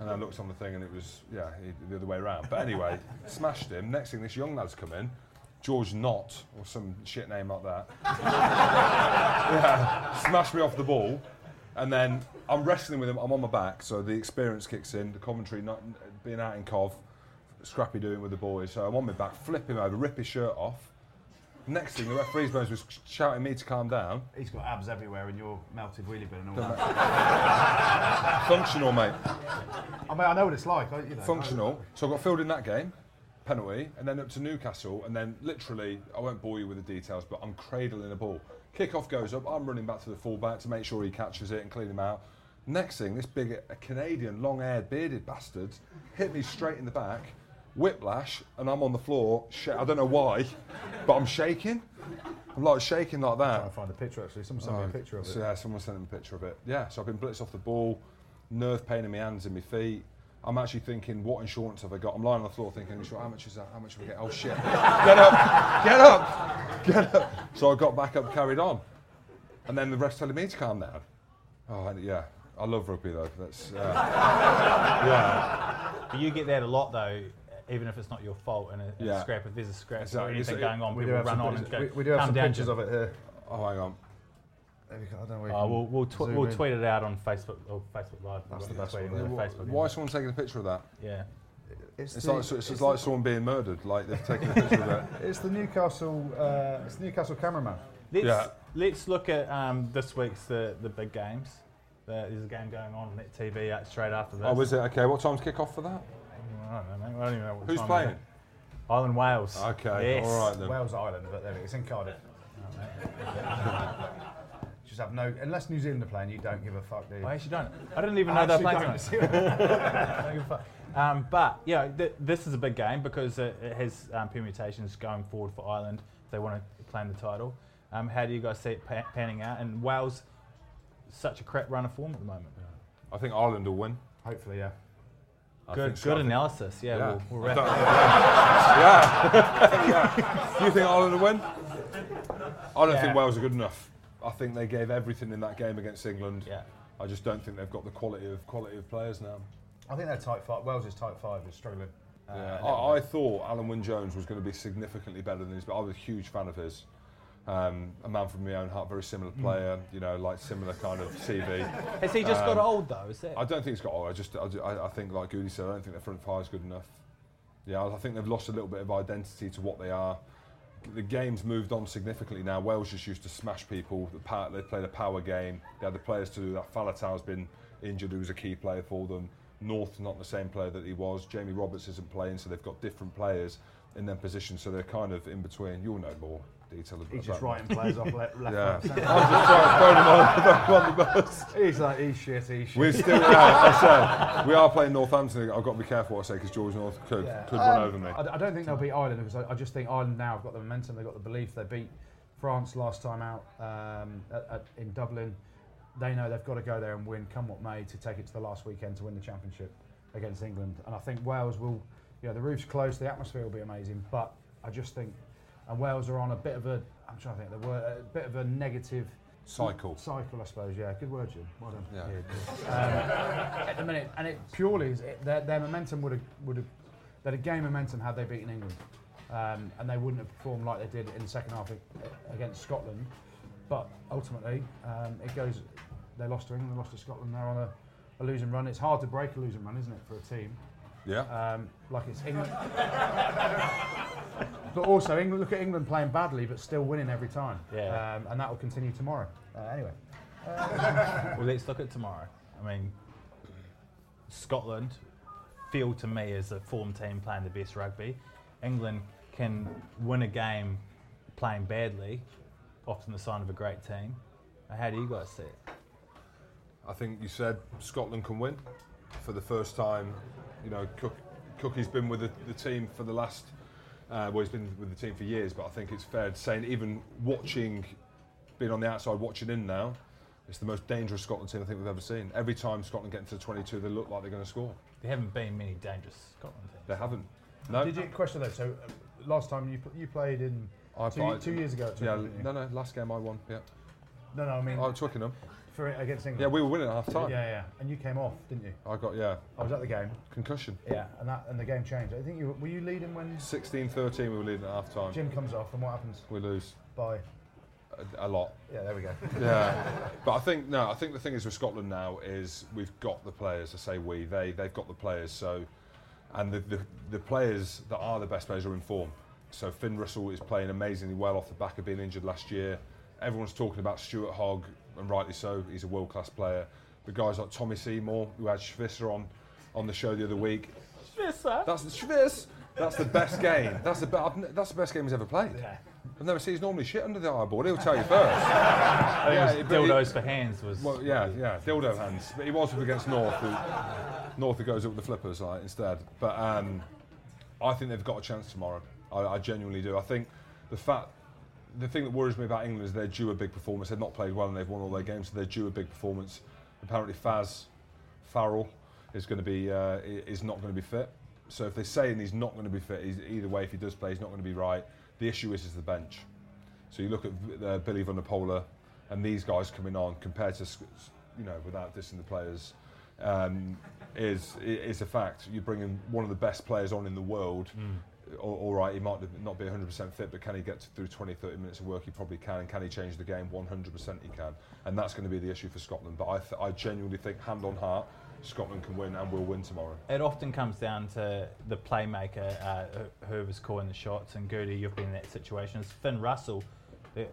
A: And I looked on the thing and it was, yeah, he, the other way around. But anyway, smashed him. Next thing, this young lad's come in. George Knott, or some shit name like that. yeah, smashed me off the ball. And then I'm wrestling with him. I'm on my back. So the experience kicks in. The commentary not being out in Cov scrappy doing with the boys. So I'm on my back, flip him over, rip his shirt off. Next thing, the referee's bones was shouting me to calm down.
C: He's got abs everywhere, and you're melted wheelie bin and all
A: that. Functional, mate.
C: I mean, I know what it's like. I, you know,
A: Functional. So I got filled in that game, penalty, and then up to Newcastle, and then literally, I won't bore you with the details, but I'm cradling the ball. Kickoff goes up, I'm running back to the fullback to make sure he catches it and clean him out. Next thing, this big a Canadian, long haired, bearded bastard hit me straight in the back, whiplash, and I'm on the floor. Sh- I don't know why, but I'm shaking. I'm like shaking like
C: I
A: that.
C: find a picture actually. Someone sent me a picture of it.
A: Um, So yeah, someone sent him a picture of it. Yeah, so I've been blitzed off the ball, nerve pain in my hands and my feet. I'm actually thinking, what insurance have I got? I'm lying on the floor thinking, "Sure, how much is that? How much do we get? Oh shit! Get up! Get up! Get up! So I got back up, carried on, and then the rest telling me to calm down. Oh and yeah, I love rugby though. That's uh, yeah.
B: But you get that a lot though, even if it's not your fault. And a,
A: Yeah.
B: a scrap, if there's a scrap or
A: Exactly.
B: anything
A: So it-
B: going on,
C: We do
B: people
C: have
B: run
C: some,
B: on and
C: pictures-
B: go.
C: we, we do have
B: calm
C: some
B: down,
C: pictures
B: Jim."
C: of it here.
A: Oh hang on.
C: There we go. I don't know where you
B: Oh,
C: can
B: we'll we'll, tw-
C: zoom
B: we'll
C: in.
B: tweet it out on Facebook or Facebook Live. That's
C: the best
A: Why
B: Facebook.
A: is someone taking a picture of that?
B: Yeah.
C: It's,
A: It's
C: the,
A: like so- it's, like someone being murdered. Like they've taken a picture of it.
C: it's the Newcastle. Uh, it's the Newcastle cameraman.
B: Let's
A: Yeah.
B: let's look at um, this week's the the big games. The, there's a game going on on that TV out straight after this.
A: Oh, is it okay? What time's kick off for that?
B: I don't know, mate. I don't even know what
A: Who's
B: time it
A: playing?
B: is. Ireland Wales.
A: Okay,
B: Yes.
A: all right then.
C: Wales Island, but there it is in Cardiff. Just have no. Unless New Zealand are playing, you don't give a fuck, do you?
B: I actually don't. I didn't even know they were playing tonight. Don't give a fuck. Um, but yeah, th- this is a big game because it, it has um, permutations going forward for Ireland if they want to claim the title. Um, how do you guys see it pa- panning out? And Wales, such a crap run of form at the moment.
A: I think Ireland will win.
C: Hopefully, yeah.
A: I
B: Good,
A: think so.
B: good analysis. Yeah,
A: Yeah.
B: We'll, we'll
A: I
B: wrap
A: don't- yeah.
B: it.
A: yeah. Do you think Ireland will win? I don't
B: Yeah.
A: think Wales are good enough. I think they gave everything in that game against England.
B: Yeah.
A: I just don't think they've got the quality of quality of players now.
C: I think they're tight five. Wales is tight five is struggling. Uh,
A: Yeah. Oh, I, I thought Alan Wynne Jones was going to be significantly better than his, but I was a huge fan of his. Um, a man from my own heart, very similar
B: Mm.
A: player, you know, like similar kind of CV.
B: Has he just got old though? Is that?
A: Um, I don't think it's got. I just, I, ju- I I think, like Goody said, I don't think their front five's good enough. Yeah, I I think they've lost a little bit of identity to what they are. The game's moved on significantly now. Wales just used to smash people. The power, they played a power game. They had the players to do that. Falatau's been injured, who was a key player for them. North's not the same player that he was. Jamie Roberts isn't playing, so they've got different players in their position, so they're kind of in between. You'll know more detail about
C: He's just
A: that.
C: writing players off left. left
A: Yeah.
C: right, centre.
A: I'm just trying to throw them on- throw them on the bus.
C: He's like, he's shit, he's shit.
A: We're still yeah, I said, we are playing Northampton. I've got to be careful what I say because George North could,
C: Yeah.
A: could run
C: Um,
A: over me.
C: I, I don't think they'll beat Ireland because I, I just think Ireland now have got the momentum, they've got the belief. They beat France last time out um, at, at, in Dublin. They know they've got to go there and win, come what may, to take it to the last weekend to win the championship against England. And I think Wales will, you know, the roof's closed, the atmosphere will be amazing. But I just think, and Wales are on a bit of a, I'm trying to think, of the word, a bit of a negative
A: Cycle.
C: Cycle, I suppose. Yeah, good word, Jim. Well done.
A: Yeah.
C: Um, at the minute, and it purely is it, their, their momentum would have would have they'd have gained momentum had they beaten England, um, and they wouldn't have performed like they did in the second half a- against Scotland. But ultimately, um, it goes. They lost to England. They lost to Scotland. They're on a, a losing run. It's hard to break a losing run, isn't it, for a team?
A: Yeah.
C: Um, like it's England. but also, England, look at England playing badly but still winning every time.
B: Yeah.
C: Um, and that will continue tomorrow. Uh, anyway.
B: Well, let's look at tomorrow. I mean, Scotland feel to me as a form team playing the best rugby. England can win a game playing badly, often the sign of a great team. How do you guys see it?
A: I think you said Scotland can win for the first time. You know, Cook, Cookie's been with the, the team for the last, uh, well, he's been with the team for years, but I think it's fair to say, and even watching, being on the outside watching in now, it's the most dangerous Scotland team I think we've ever seen. Every time Scotland get into the 22, they look like they're going to score.
B: There haven't been many dangerous Scotland
A: They
B: teams.
A: haven't. No.
C: Did you question though? So uh, last time you pl- you played in
A: I
C: two,
A: played-
C: two years ago. At
A: Yeah,
C: Twickenham, didn't you?
A: no, no, last game I won. Yeah.
C: no, no. I mean
A: Oh, Twickenham.
C: for it against
A: Yeah,
C: England.
A: we were winning at half time.
C: yeah, yeah. And you came off, didn't you?
A: I got, yeah,
C: I was at the game.
A: concussion.
C: Yeah, and that and the game changed. I think you were- were you leading when
A: 16 13, we were leading at half time.
C: Jim comes off, and what happens?
A: We lose
C: By
A: a, a lot.
C: yeah, there we go.
A: Yeah. but I think, no, I think the thing is with Scotland now is we've got the players. I say we, they, they've got the players. So, and the, the, the players that are the best players are in form. So Finn Russell is playing amazingly well off the back of being injured last year. Everyone's talking about Stuart Hogg, and rightly so. He's a world class player. But guys like Tommy Seymour, who had Schvisser on, on the show the other week, That's the Schwiz. That's the best game. That's the, be- I've n- that's the best game he's ever played. I've never seen he's normally shit under the eyeball. He'll tell you first. yeah,
B: I think
A: but
B: it
A: he-
B: was dildos for hands was.
A: well, yeah, yeah, dildo hands. But he was up against North. Who, North who goes up with the flippers like, instead. But um, I think they've got a chance tomorrow. I, I genuinely do. I think the fact, the thing that worries me about England is they're due a big performance. They've not played well and they've won all their games, so they're due a big performance. Apparently, Faz Farrell is going to be uh, i- is not going to be fit. So if they're saying he's not going to be fit, he's, either way, if he does play, he's not going to be right. The issue is is the bench. So you look at uh, Billy Van der Pola and these guys coming on compared to, s- s- you know, without dissing the players, um, is i- is a fact. You're bringing one of the best players on in the world. All, all right, he might not be 100% fit, but can he get to, through 20, 30 minutes of work? He probably can. And can he change the game? 100% he can. And that's going to be the issue for Scotland. But I, th- I genuinely think, hand on heart, Scotland can win and will win tomorrow.
B: It often comes down to the playmaker, uh, who- whoever's calling the shots. And Gertie, you've been in that situation. It's Finn Russell, the-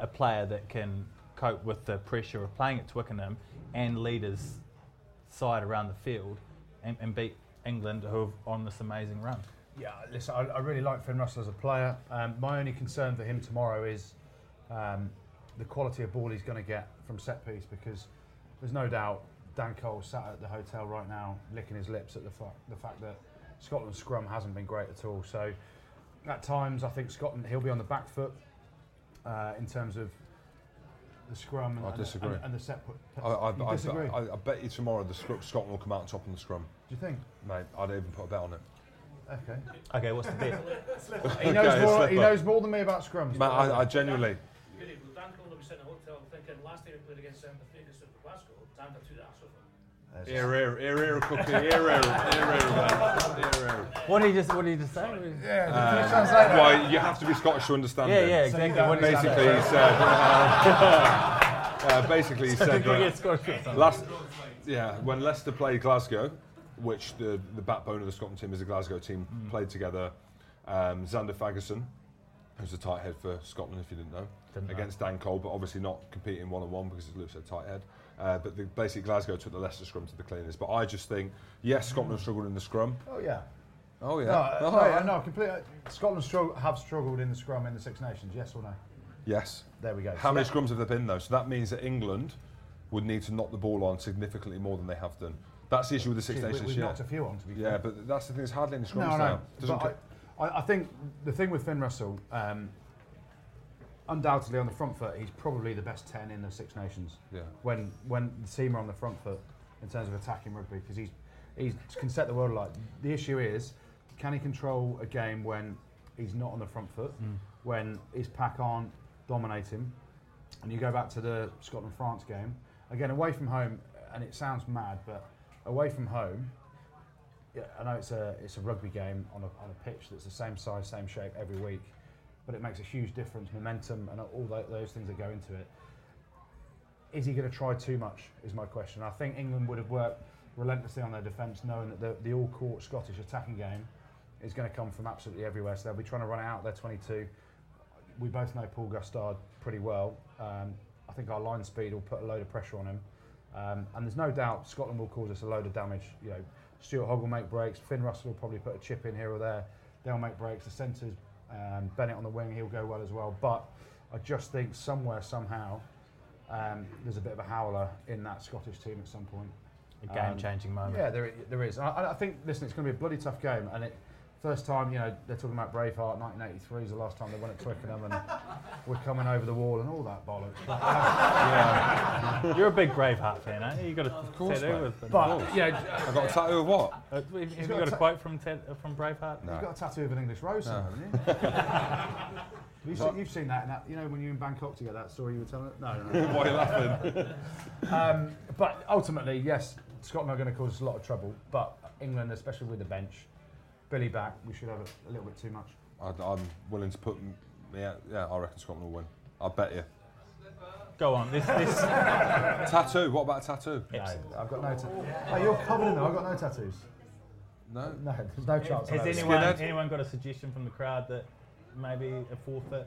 B: a player that can cope with the pressure of playing at Twickenham and lead his side around the field and, and beat England, who have on this amazing run.
C: Yeah, listen, I, I really like Finn Russell as a player. Um, my only concern for him tomorrow is um, the quality of ball he's going to get from set piece because there's no doubt Dan Cole sat at the hotel right now licking his lips at the, fa- the fact that Scotland's scrum hasn't been great at all. So at times, I think Scotland he'll be on the back foot uh, in terms of the scrum and,
A: I
C: and the-
A: disagree.
C: and, and the set put.
A: I, I,
C: You
A: I,
C: disagree? Do
A: I, I bet you tomorrow the scrum, Scotland will come out on top on the scrum.
C: you think?
A: Mate, I'd even put a bet on it.
C: Okay.
B: Okay, what's the bet?
C: He knows,
A: Okay,
C: more,
A: slip
C: he
A: up.
C: knows more than me about scrums.
A: Mate, I, I genuinely.
E: Good evening. Dan Cole will be sitting in a hotel thinking last time we played against them, the fitness of Glasgow, time to do that sort of
A: Ear, ear, ear, ear, cookie, ear, ear, ear, ear, man. Ear, ear.
B: What did he just? What did he just say?
A: Uh, Why you have to be Scottish to understand
B: yeah,
A: it.
B: yeah, exactly. what did he say?
A: Basically, he said. uh, uh, basically, he said
B: Did we get
A: that
B: Scottish or something?
A: last. Yeah, when Leicester played Glasgow, which the the backbone of the Scotland team is the Glasgow team,
C: Hmm.
A: played together. Um, Xander Fagerson, who's a tight head for Scotland, if you didn't know,
B: Didn't know.
A: against Dan Cole, but obviously not competing one on one because it looks a tight head. Uh, but the, basically, Glasgow took the Leicester scrum to the cleaners. But I just think, yes, Scotland struggled in the scrum.
C: oh, yeah.
A: Oh yeah,
C: No,
A: Oh,
C: no,
A: yeah.
C: I know. Completely. Scotland struggle, have struggled in the scrum in the Six Nations. Yes or no?
A: yes.
C: There we go.
A: How
C: So
A: many
C: that-
A: scrums have there been though? So that means that England would need to knock the ball on significantly more than they have done. That's the issue with the Six
C: geez, we,
A: Nations.
C: we've
A: yeah.
C: knocked a few on to be
A: yeah,
C: fair.
A: but that's the thing. There's hardly any scrums now.
C: no, no.
A: Doesn't
C: but I, I, I think the thing with Finn Russell, um, undoubtedly on the front foot, he's probably the best ten in the Six Nations.
A: Yeah.
C: When when the team are on the front foot in terms of attacking rugby, because he's he's can set the world alight. The issue is, can he control a game when he's not on the front foot, when his pack aren't dominating? and you go back to the Scotland France game again away from home, and it sounds mad, but away from home, yeah, I know it's a it's a rugby game on a on a pitch that's the same size, same shape every week, but it makes a huge difference, momentum, and all tho- those things that go into it. Is he going to try too much? Is my question. I think England would have worked relentlessly on their defence, knowing that the, the all-court Scottish attacking game is going to come from absolutely everywhere. So they'll be trying to run it out their 22 we both know Paul Gustard pretty well. Um, I think our line speed will put a load of pressure on him. Um, and there's no doubt Scotland will cause us a load of damage. You know, Stuart Hogg will make breaks. Finn Russell will probably put a chip in here or there. They'll make breaks. The centres, um, Bennett on the wing, he'll go well as well. But I just think somewhere, somehow, um, there's a bit of a howler in that Scottish team at some point.
B: A game-changing moment.
C: Yeah, there, i- there is. And I, and I think, listen, it's going to be a bloody tough game. And it, first time, you know, they're talking about Braveheart, 1983 is the last time they won at Twickenham, and we're coming over the wall and all that bollocks. But,
B: You're a big Braveheart fan, aren't you? You got a
A: course,
B: tattoo
A: mate.
B: with them.
C: but you know, j-
A: I got a tattoo of what?
B: Uh, have have you
C: got
B: got
C: a
B: a
C: ta-
B: quote from Ted, uh, from Braveheart?
A: No.
C: you've got a tattoo of an English rose somewhere, haven't you? you've, seen, you've seen that, in that, you know, when you were in Bangkok together, that story you were telling? No, no, no.
A: Why are you laughing?
C: Um, but ultimately, yes, Scotland are going to cause us a lot of trouble, but England, especially with the bench, Billy back, we should have a, a little bit too much.
A: I'd, I'm willing to put. m- Yeah, yeah. I reckon Scotland will win. I bet you.
B: Go on. This, this,
A: Tattoo. What about a tattoo?
C: No, I've got no tattoos. Hey, you're covered in them. I've got no tattoos.
A: No.
C: No, there's no chance. of
B: has
C: those.
B: anyone
A: Skinhead?
B: anyone got a suggestion from the crowd that maybe a forfeit?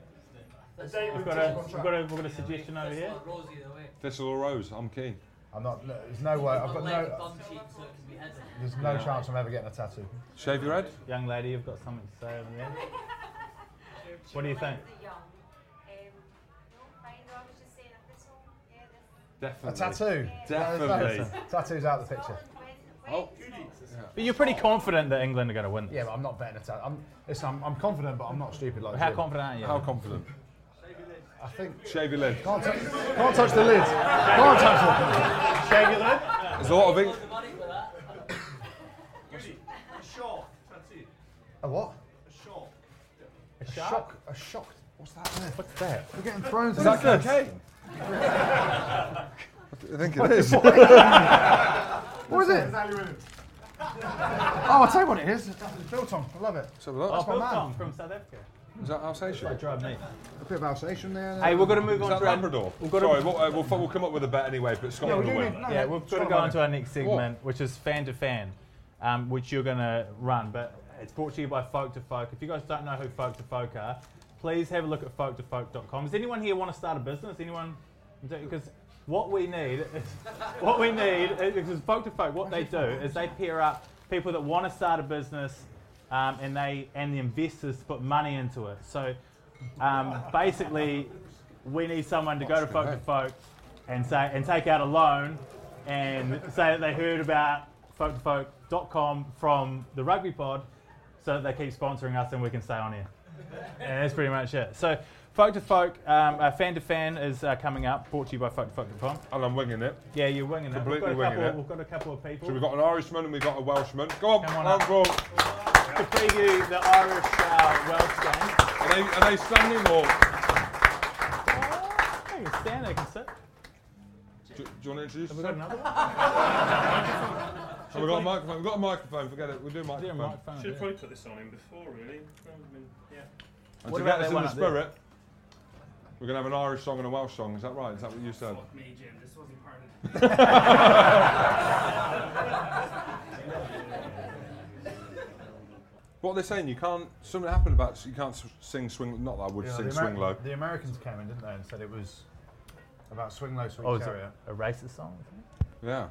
D: The day
B: We've
D: we've
B: got
D: taken
B: a we've
D: contract.
B: got a, we've got a suggestion over here.
F: Rosie away.
A: Thistle or rose? I'm keen.
C: I'm not. no, There's no way. I've got no.
F: bum cheek so it can be hidden.
C: There's no chance I'm ever getting a tattoo.
A: Shave your head.
B: Young lady, you've got something to say over there. What do you think?
G: Young. Um, no, fine, I was just saying a thistle. Yeah, this
A: Definitely.
C: tattoo.
A: Definitely.
C: Tattoos out of the picture.
G: Scotland win.
A: Oh.
G: win, Scotland.
B: But you're pretty confident that England are going to win.
C: Yeah, but I'm not betting a tattoo. I'm, listen, I'm, I'm confident, but I'm not stupid like
B: How
C: you.
B: confident are you?
A: How confident?
C: I think.
A: Shave your lid.
C: Can't, touch can't touch the lid. Can't touch it. Shake your lid.
A: There's a lot of. Eng-
F: The money for that.
E: A shock, that's it.
C: A what?
E: A shock.
B: a
C: A
B: shark?
C: shock. A shock. What's that? There?
B: What's that?
C: We're getting thrown.
A: Is that cocaine? I think it is.
C: What is it?
D: Evaluated.
C: Oh, I'll tell you what it is. It's built on. I love it.
A: Let's have a look.
B: Oh,
C: my
B: Bill
C: man.
B: Tom from South Africa.
A: Is that Alsatian?
B: Don't drive me.
C: A bit of Alsatian there.
B: Hey, we're going to move
A: Is
B: on
A: that
B: to our-
A: Labrador?
B: We've got
A: Sorry,
B: to,
A: we'll, uh, we'll, fo- we'll come up with a bet anyway, but
C: yeah, we
A: Scotland
C: do
A: will
C: need.
A: win.
C: No,
B: yeah,
C: no,
B: we've got to
C: Scotland
B: go on
C: won
B: to
C: it.
B: our next segment, which is fan to fan, um, which you're going to run. But it's brought to you by Folk to Folk. If you guys don't know who Folk to Folk are, please have a look at folktofolk.com. Does anyone here want to start a business? Anyone? Because what we need is what we need is because Folk to Folk, what they do is they pair up people that want to start a business um, and they and the investors put money into it. So um, basically, we need someone to go to Folk to Folk and say and take out a loan and say that they heard about folktofolk.com from the rugby pod so that they keep sponsoring us and we can stay on here. And that's pretty much it. So, Folk to Folk, um, uh, Fan to Fan is uh, coming up, brought to you by folktofolk.com.
A: And I'm winging it.
B: Yeah, you're winging it. We've
A: Completely
B: got, a
A: winging
B: couple,
A: it.
B: we've got a couple of people.
A: So we've got an Irishman and we've got a Welshman. Go on,
B: Come on
A: round
B: up.
A: ball.
B: to preview the Irish uh, Welsh game.
A: Are they, are they standing or
B: I can stand, I can sit.
A: do, do you want to introduce?
B: Have we got
A: yourself?
B: another one?
A: Have we got a microphone? We've got a microphone. Forget it. We'll do a
B: Is there a
A: microphone.
B: microphone?
E: Should have
B: there?
E: probably put this on him before, really. I mean, yeah.
A: And
B: What
A: to
B: about
A: get us
B: that
A: in
B: one
A: the
B: up there?
A: spirit, we're going to have an Irish song and a Welsh song. Is that right? Is that what you said?
E: Fuck me, Jim. This wasn't part of the
A: What are they saying? You can't. Something happened about you can't s- sing swing. Not that I would
C: Yeah,
A: sing
C: the,
A: swing low.
C: the Americans came in, didn't they, and said it was about swing low, sweet
B: Oh, is it
C: carrier.
B: a racist song?
A: Yeah.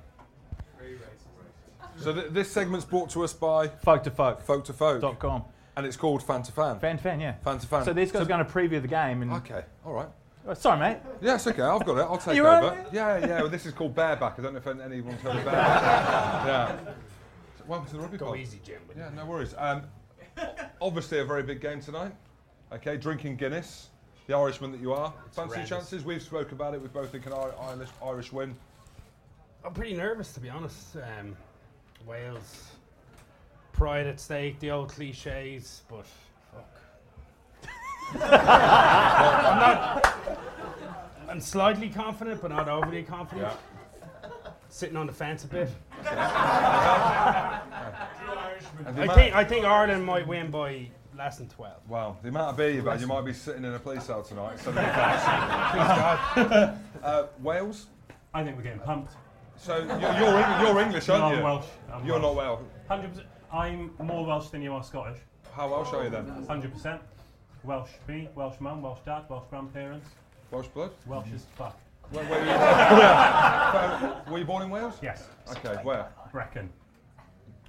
A: So th- this segment's brought to us by
B: Folk to folk.
A: Folk to Folk,
B: Dot com.
A: and it's called Fan to Fan.
B: Fan to fan, yeah.
A: Fan to Fan.
B: So these guys are going to preview the game. and
A: Okay. All right.
B: Oh, Sorry, mate.
A: Yeah, it's okay. I've got it. I'll take
B: You
A: over.
B: alright?
A: Yeah, yeah. Well, this is called bareback. I don't know if anyone's heard of bareback. yeah. So, Welcome to the rugby pod.
C: Jim.
A: Yeah, no worries. Um, o- obviously, a very big game tonight. Okay, drinking Guinness, the Irishman that you are. Fancy
H: horrendous.
A: chances? We've spoke about it. We both think an Ir- Irish Irish win.
H: I'm pretty nervous to be honest. Um, Wales, pride at stake, the old cliches, but fuck. I'm not. I'm slightly confident, but not overly confident. Sitting on the fence a bit.
A: And the
H: I
A: amount-
H: think I think Ireland might win by less than twelve.
A: Wow, the amount of beer you've had, you might be sitting in a police cell tonight. So many thanks. Please, God. Uh, Wales.
I: I think we're getting pumped.
A: So you're, you're, Eng- you're English,
I: No,
A: aren't
I: I'm
A: you?
I: Welsh. I'm
A: You're not
I: Welsh.
A: Welsh.
I: 100%. I'm more Welsh than you are Scottish.
A: How Welsh are you then?
I: 100%. Welsh B, Welsh mum, Welsh dad, Welsh grandparents.
A: Welsh blood.
I: Welsh as fuck.
A: Where, where were, you Yeah. Were you born in Wales?
I: Yes.
A: Okay, where?
I: Brecon.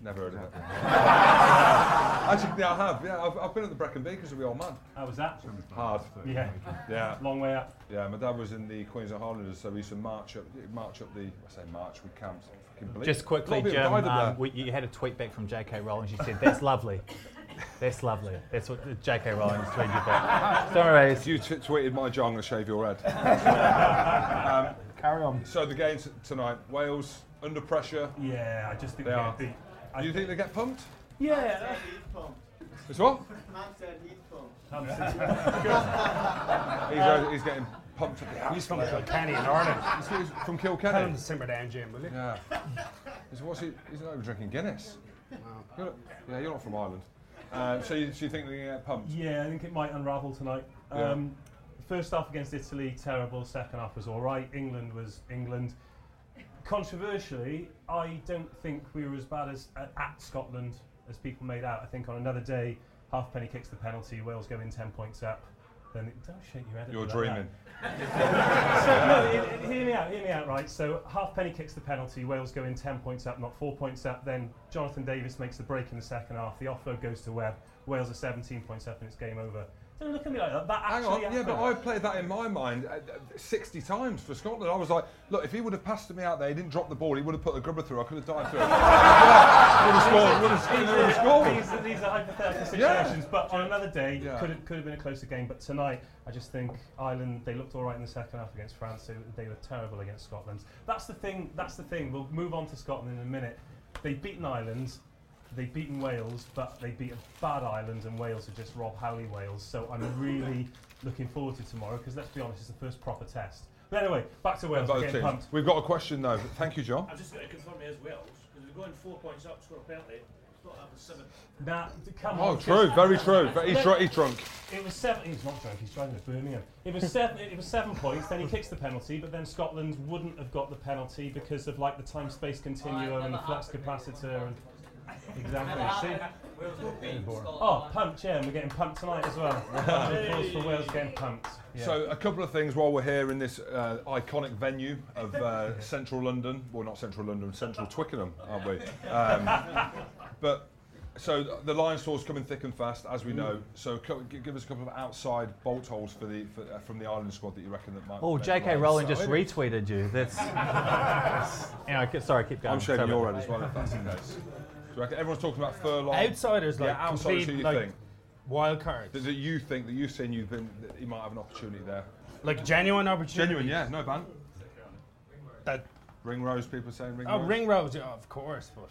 A: Never heard of it. Actually, yeah, I have. Yeah, I've, I've been at the Brecon Beacons with the old man.
I: How was that?
A: Hard.
I: Yeah.
A: Yeah,
I: Long way up.
A: yeah. My dad was in the Queensland Highlanders, so we used to march up, march up the. I say march. We camped. I can believe
B: Just
A: it.
B: quickly,
A: A lot of people
B: Jim,
A: died up there.
B: um, we, you had a tweet back from J.K. Rowling. She said, that's lovely. That's lovely. That's what the J.K. Rowling has tweeted back. Don't worry. it's-
A: you t- tweeted my John, I'm gonna shave your head.
C: Carry on.
A: So the game t- tonight, Wales under pressure.
I: Yeah, I just think
A: They
I: we're
A: are.
I: gonna beat. I
A: Do you think they get pumped?
I: Yeah.
A: It's what?
I: Um,
A: He's, uh, he's getting pumped at the
H: You just come to Kenny in Ireland.
A: He's, he's from
H: Tell him
A: Kilkenny.
H: to simmer down, Jim, will you?
A: Yeah. He's, what's he, he's not even drinking Guinness. You're not, yeah, you're not from Ireland. Uh, so, you, so you think they get pumped?
I: Yeah, I think it might unravel tonight.
A: Yeah.
I: Um, First half against Italy, terrible. Second half was all right. England was England. Controversially, I don't think we were as bad as at, at Scotland as people made out. I think on another day, Halfpenny kicks the penalty. Wales go in ten points up. Then they- don't shake your head. at me
A: You're
I: like
A: dreaming.
I: That. So no, it, it- hear me out. Hear me out. Right. So Halfpenny kicks the penalty. Wales go in ten points up, not four points up. Then Jonathan Davis makes the break in the second half. The offload goes to Webb. Wales are seventeen points up, and it's game over. Don't look at me like that. That
A: Hang
I: actually
A: on, yeah,
I: happened.
A: but I played that in my mind uh, uh, 60 times for Scotland. I was like, look, if he would have passed to me out there, he didn't drop the ball, he would have put a grubber through, I could have dived through it. yeah, would have scored, would have, would have scored.
I: These are, these are hypothetical
A: Yeah.
I: situations, but on another day,
A: Yeah.
I: could have, could have been a closer game. But tonight, I just think Ireland they looked all right in the second half against France. They, they were terrible against Scotland. That's the thing. That's the thing. We'll move on to Scotland in a minute. They've beaten Ireland, they've beaten Wales, but they beat a bad Ireland, and Wales are just Rob Howley Wales. So I'm really looking forward to tomorrow because let's be honest, it's the first proper test. But anyway, back to Wales. we're
A: Both
I: Getting
A: teams.
I: pumped.
A: We've got a question though. Thank you, John.
E: I've just got to confirm it as well, because we're going four points up, score a penalty. Thought that was seven.
I: Nah, come on.
A: Oh,
I: just-
A: true, very true. But He's, dr- he's drunk.
I: It was seven. He's not drunk. He's driving to Birmingham. It was seven. It was seven points. Then he kicks the penalty, but then Scotland wouldn't have got the penalty because of like the time-space continuum
B: um,
I: and the flux capacitor and exactly. See? Oh, pumped. Yeah, and we're getting pumped tonight as well. Applause for Wales getting pumped. Yeah.
A: So, a couple of things while we're here in this uh, iconic venue of uh, central London. Well, not central London, central Twickenham, aren't we? Um, but so the Lions tour's coming thick and fast, as we
I: Mm.
A: know. So, co- gi- give us a couple of outside bolt holes for the for, uh, from the Ireland squad that you reckon that might.
B: Oh,
A: make
B: J.K.
A: Lions.
B: Rowling just
A: So-
B: retweeted you. That's. anyway, ke- sorry, keep going.
A: I'm shaving
B: Sorry
A: your
B: about
A: head as well, if that's the case. Do you reckon everyone's talking about furlong?
H: Outsiders like
A: yeah, outsiders. Who
H: complete
A: you
H: like
A: think
H: wild cards,
A: that, that you think that you've seen you've been that you might have an opportunity there?
H: like genuine opportunity.
A: Genuine, yeah, no ban.
H: That
A: Ring rose, people saying ring
H: oh,
A: rose.
H: ring roads, yeah, of course. But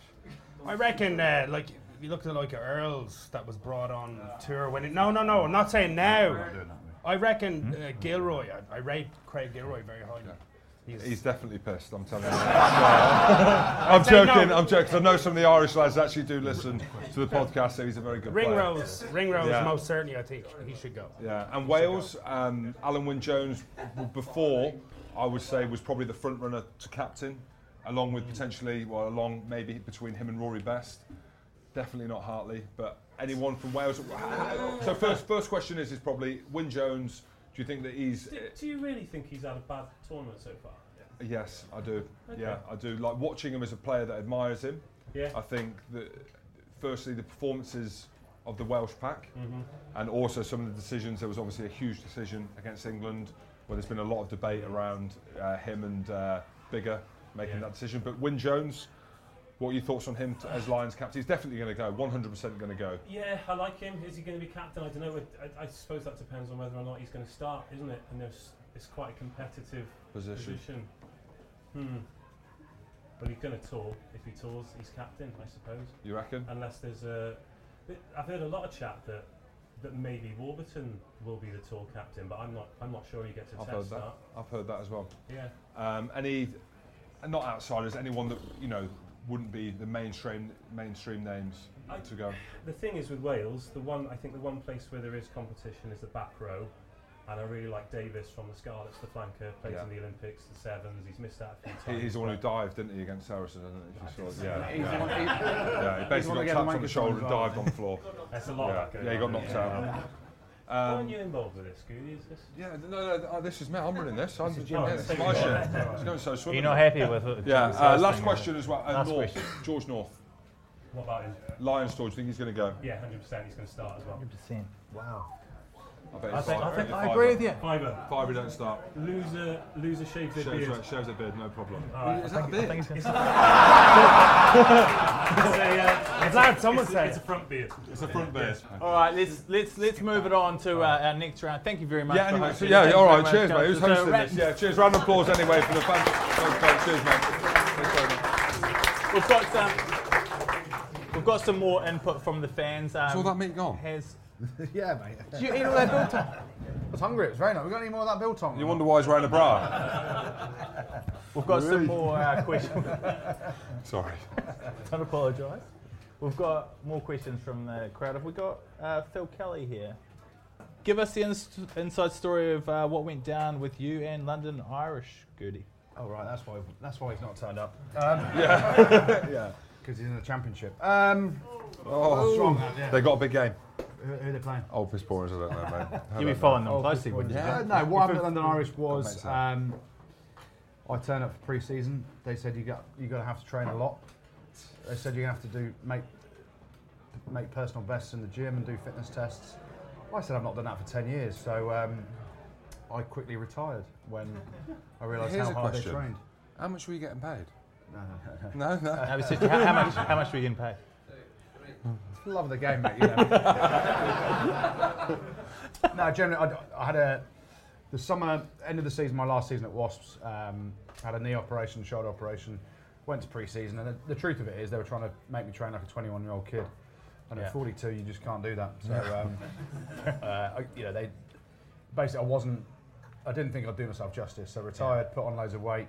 H: I reckon, uh, like if you look at like Earls that was brought on tour when it. No, no, no. I'm not saying now. I reckon uh, Gilroy. I, I rate Craig Gilroy very highly. He's,
A: He's definitely pissed. I'm telling you. I'm
H: say
A: joking.
H: no.
A: I'm joking. 'cause I know some of the Irish lads actually do listen to the podcast, so he's a very good
H: ring
A: player.
H: roads, ring roads.
A: Yeah.
H: Most certainly, I think he should go.
A: Yeah, and Wales, um, Alan Wynne Jones w- before, I would say, was probably the front runner to captain, along with potentially, well, along maybe between him and Rory Best. Definitely not Hartley, but anyone from Wales. So first, first question is is probably Wynne Jones. Do you think that he's?
I: Do, do you really think he's had a bad tournament so far?
A: Yes, I do. Yeah,
I: Okay.
A: I do. Like watching him as a player that admires him.
I: Yeah.
E: Uh,
A: I think that firstly the performances of the Welsh pack,
I: Mm-hmm.
A: and also some of the decisions. There was obviously a huge decision against England, where there's been a lot of debate around uh, him and uh, Bigger making
I: Yeah.
A: that decision. But Wyn Jones, what are your thoughts on him t- as Lions captain? He's definitely going to go. 100% going to go.
I: Yeah, I like him. Is he going to be captain? I don't know. I, I suppose that depends on whether or not he's going to start, isn't it? And there's it's quite a competitive
A: Position.
I: position. Hmm. But he's going to tour. If he tours, he's captain, I suppose.
A: You reckon?
I: Unless there's a, I've heard a lot of chat that that maybe Warburton will be the tour captain, but I'm not. I'm not sure he gets a
A: I've heard
I: test
A: that.
I: start.
A: I've heard that as well.
I: Yeah.
A: Um, any, not outsiders, anyone that you know wouldn't be the mainstream mainstream names
I: I-
A: to go.
I: The thing is with Wales, the one I think the one place where there is competition is the back row, and I really like Davis from the Scarlets, the flanker, played
A: Yeah.
I: in the Olympics, the sevens. He's missed that a few
A: He,
I: times.
A: he's the one who
I: but-
A: dived, didn't he, against Saracens? I don't know if you saw. it. Yeah,
C: He's the one- he-
A: yeah. He
C: the one
A: basically got
C: that got the
A: tapped on the
C: microphone
A: shoulder and
C: as well,
A: dived on the floor.
I: There's a lot.
A: Yeah,
I: of that going
A: yeah. He
I: on,
A: got knocked
I: isn't
A: out.
I: there?
A: Um,
I: Weren't you involved with this, Goody? Is this?
A: yeah, no, no, th- oh, this is me. I'm running this. I'm
I: is
A: yeah,
I: yours.
A: it's my
I: Take
A: shit.
I: it.
A: You know, so
B: that. You're
A: swimming.
B: not happy with it?
A: Yeah.
B: It's
A: Uh, last
B: disgusting,
A: question as well. Uh,
B: Last
A: North,
B: question.
A: George North,
I: What about him?
A: Lions George. Do you think he's going to go?
I: Yeah, 100. percent He's going to start as well.
B: isn't it? 100%. Wow.
A: I bet.
B: I
A: he's
B: think,
A: five.
B: I, think,
A: He's
B: I
A: five,
B: agree
A: but-
B: with you.
I: Fiver.
A: Five, we don't start.
I: Loser. Loser shaves their
A: Shaves
I: beard.
A: a- shaves a beard, no problem.
I: All right.
A: Is that a beard?
B: I think it's gonna-
I: It's a, uh,
H: It's that someone
I: it's, a-
H: said.
I: it's a front beard.
A: It's a front beard.
B: All right, let's let's let's move it on to uh, our next round. Thank you very much.
A: Yeah,
B: for
A: anyway, so
B: hosting.
A: yeah,
B: Thank you
A: all
B: very
A: right,
B: much,
A: cheers, mate. Who's
B: Coach. So,
A: hosting
B: Rat-
A: this? Yeah, cheers. Round of applause anyway for the fans. Thanks, mate. Cheers, mate. Thanks very much.
B: We've got some we've got some more input from the fans. Um,
A: Is all that meat gone?
B: has
C: yeah, mate.
B: do you eat all that biltong?
C: I was hungry. It was very nice. We got any more of that biltong?
A: You wonder why he's wearing a bra?
B: We've got some more uh, questions.
A: Sorry.
B: Don't apologise. We've got more questions from the crowd. Have we got uh, Phil Kelly here? Give us the ins- inside story of uh, what went down with you and London Irish, Gertie.
C: Oh right, that's why that's why he's not turned up. Um,
A: Yeah.
C: because he's in the championship. Um,
A: Oh,
C: strong that, yeah.
A: They got a big game.
C: who, who are they playing?
A: Oh, piss poor, I don't know, mate. I
B: You'll be
A: don't
B: following them
C: Oh,
B: closely,
C: Chris
B: wouldn't you?
C: Wood.
A: Yeah. Oh,
C: Uh, no, what happened at London Irish
A: Makes
C: was
A: sense.
C: um, I turned up for pre-season. They said you got you got to have to train a lot. They said you're gonna have to do make make personal bests in the gym and do fitness tests. I said I've not done that for ten years, so um, I quickly retired when I realised
A: Here's
C: how
A: a
C: hard
A: question.
C: they trained.
A: How much were you getting paid? No, no.
B: No, but seriously, how, how much? How much were you getting paid?
C: Love the game, mate. You know. no, generally, I, I had a the summer end of the season, my last season at Wasps, um, had a knee operation, shoulder operation, went to pre-season, and the, the truth of it is they were trying to make me train like a 21-year-old kid, and
B: Yeah.
C: at 42 you just can't do that. So, um, uh, I, you know, they basically I wasn't, I didn't think I'd do myself justice. So retired, put on loads of weight,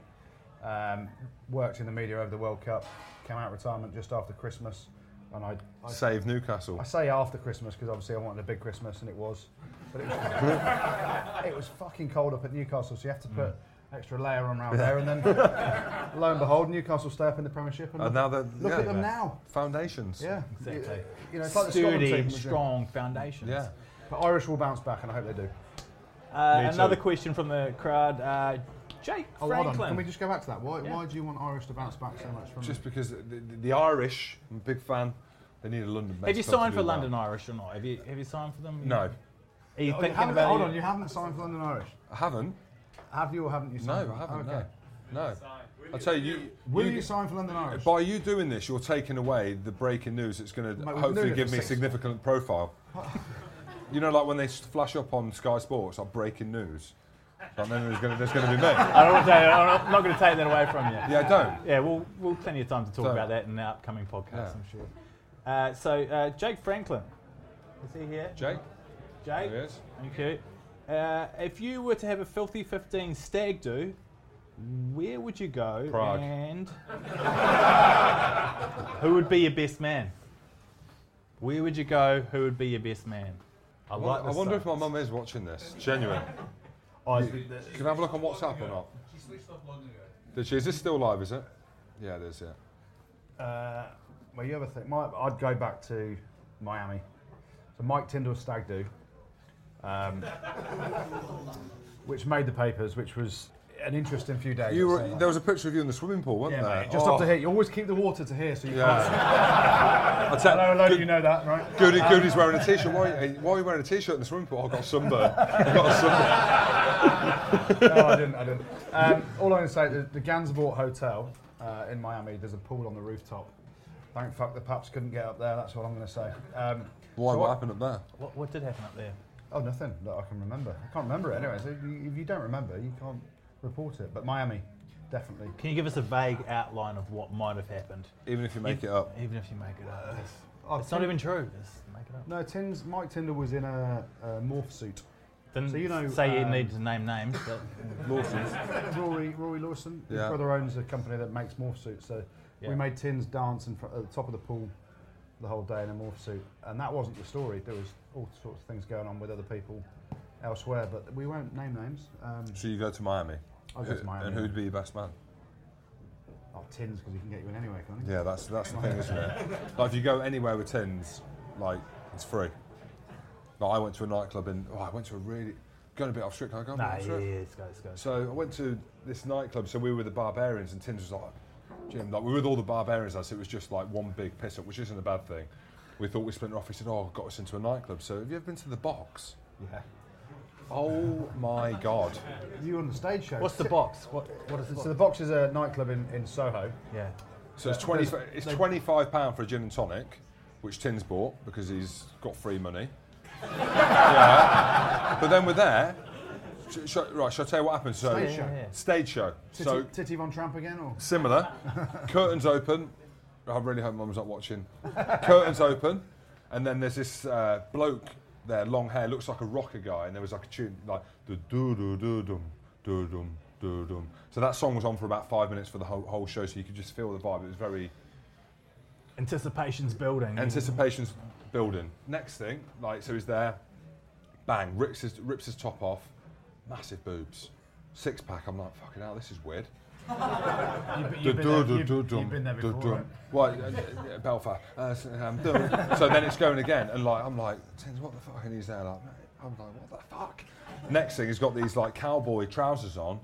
C: um, worked in the media over the World Cup, came out of retirement just after Christmas. and I, I
A: Save Newcastle.
C: I say after Christmas because obviously I wanted a big Christmas and it was, but it was, it was fucking cold up at Newcastle, so you have to put extra layer on around there, and then lo and behold, Newcastle stay up in the Premiership. And,
A: And now they're
C: look
A: Oh, yeah,
C: at them now.
A: Foundations.
C: Yeah,
B: Exactly.
C: You, you know, it's like the Scotland team
B: Sturdy,
C: was in.
B: strong foundations.
A: Yeah.
C: But Irish will bounce back, and I hope they do. Oh,
B: Uh,
A: Me
B: another
A: too.
B: question from the crowd. Uh, Jake
C: Oh, hold on.
B: Franklin.
C: Can we just go back to that? Why,
B: Yeah.
C: why do you want Irish to bounce back so much? From
A: Just because the, the, the Irish, I'm a big fan, they need a London
B: have
A: based
B: you
A: club to
B: signed
A: do
B: for
A: that.
B: London Irish or not? Have you Have you signed for them?
A: No,
B: Are you
C: Oh, you
B: thinking
C: haven't-
B: about
C: hold
B: it?
C: on, you haven't signed for London Irish.
A: I haven't.
C: Have you or haven't you? Signed
A: No, I
C: for-
A: haven't.
C: Okay.
A: No. No. I'll tell you, you,
C: Will
A: you-
C: you, sign for London Irish?
A: by you doing this, you're taking away the breaking news that's going
C: Mate,
A: to
C: we've been
A: hopefully
C: doing it
A: give
C: for
A: me
C: six-
A: significant profile. you know, like when they s- flash up on Sky Sports, like breaking news. Like, then there's going to be me. Yeah,
B: I don't want to. I'm not- not going to take that away from you.
A: don't.
B: Yeah, we'll we'll plenty of time to talk
A: So-
B: about that in the upcoming podcast.
A: Yeah.
B: I'm sure. Uh, so uh, Jake Franklin, is he here?
A: Jake,
B: Jake,
A: there he is.
B: thank you. Uh, if you were to have a filthy 15 stag do, where would you go?
A: Prague.
B: And who would be your best man? Where would you go? Who would be your best man? I,
A: I,
B: like.
A: wonder- I
B: this
A: wonder if
B: stuff.
A: my mum is watching this. Genuine.
B: Oh, is
A: You-
B: it-
A: Can I have a look on WhatsApp or not?
F: She switched off long ago.
A: Did she? Is this still live? Is it? Yeah, it is. Yeah.
C: Uh, well, you ever think? My, I'd go back to Miami. So Mike Tyndall stag do, um, which made the papers, which was an interesting few days.
A: You
C: I'd
A: were,
C: say that.
A: there was a picture of you in the swimming pool, wasn't
C: yeah,
A: there?
C: mate, just
A: Oh,
C: up to here. You always keep the water to here, so you can't.
A: Yeah. I tell,
C: Hello, hello,
A: Good-
C: you know that, right?
A: Goody, Goody's wearing a t-shirt. Why, are you- why are you wearing a t-shirt in the swimming pool? I got sunburn. I got a sunburn.
C: no, I didn't. I didn't. Um, all I'm going to say, the, the Gansevoort Hotel uh, in Miami, there's a pool on the rooftop. Thank fuck the Paps couldn't get up there. That's all I'm going to say. Um,
A: Why?
C: so
A: What
C: I-
A: happened up there?
B: what, what did happen up there?
C: Oh, nothing that I can remember. I can't remember it anyway. So if you- if you don't remember, you can't report it. But Miami, definitely.
B: Can you give us a vague outline of what might have happened?
A: Even if you make it up.
B: Even if you make it up. It's,
C: Oh,
B: it's not
C: Tin-
B: even true. Just make it up.
C: No, Tins, Mike Tinder was in a, a morph suit.
B: Didn't
C: So, you know,
B: say you
C: um,
B: need to name names, but
C: Rory, Rory Lawson, his
A: Yeah.
C: brother owns a company that makes morph suits. So
B: Yeah.
C: we made Tins dance in front, at the top of the pool the whole day in a morph suit. And that wasn't the story. There was all sorts of things going on with other people elsewhere. But we won't name names. Um,
A: So you go to Miami.
C: I'll go to Miami.
A: And who'd be your best man?
C: oh, Tins, because he can get you in anyway, can't he?
A: Yeah, that's that's the thing, isn't it? Like if you go anywhere with tins, like it's free. Like I went to a nightclub in. Oh, I went to a really going a bit off script. Can I go? a bit
B: nah,
A: off
B: yeah,
A: script?
B: let's go, let's go.
A: So I went to this nightclub. So we were the Barbarians, and Tins was like, Jim, like we were with all the Barbarians. Us, it was just like one big piss up, which isn't a bad thing. We thought we split off. He said, "Oh, got us into a nightclub." So have you ever been to the Box?
C: Yeah.
A: Oh my God!
C: You on the stage show.
B: What's the box? What what is the
C: So
B: box?
C: the box is a nightclub in, in Soho.
B: Yeah.
A: So it's twenty. It's twenty-five pound for a gin and tonic, which Tins bought because he's got free money. yeah. But then we're there. Sh- sh- right, shall I tell you what happened? So
C: Stage show.
A: Stage show.
C: Titty,
A: so
C: Titty Von Tramp again, or
A: similar. Curtains open. I really hope mum's not watching. Curtains open, and then there's this uh, bloke there, long hair, looks like a rocker guy, and there was like a tune like do do do do dum do dum do dum. So that song was on for about five minutes for the whole, whole show, so you could just feel the vibe. It was very
B: Anticipation's building.
A: Anticipation's building. Next thing, like, so he's there, bang, rips his, rips his top off, massive boobs, six pack. I'm like, fucking hell, this is weird.
C: you've,
A: Du- du- du- du- dum,
C: been there
A: du-
C: before,
A: dum.
C: right?
A: Well, uh, yeah, Belfast. Uh, s- um, dum. so then it's going again, and like I'm like, Tins, what the fuck? And he's there, like, mate. I'm like, what the fuck? Next thing, he's got these like cowboy trousers on.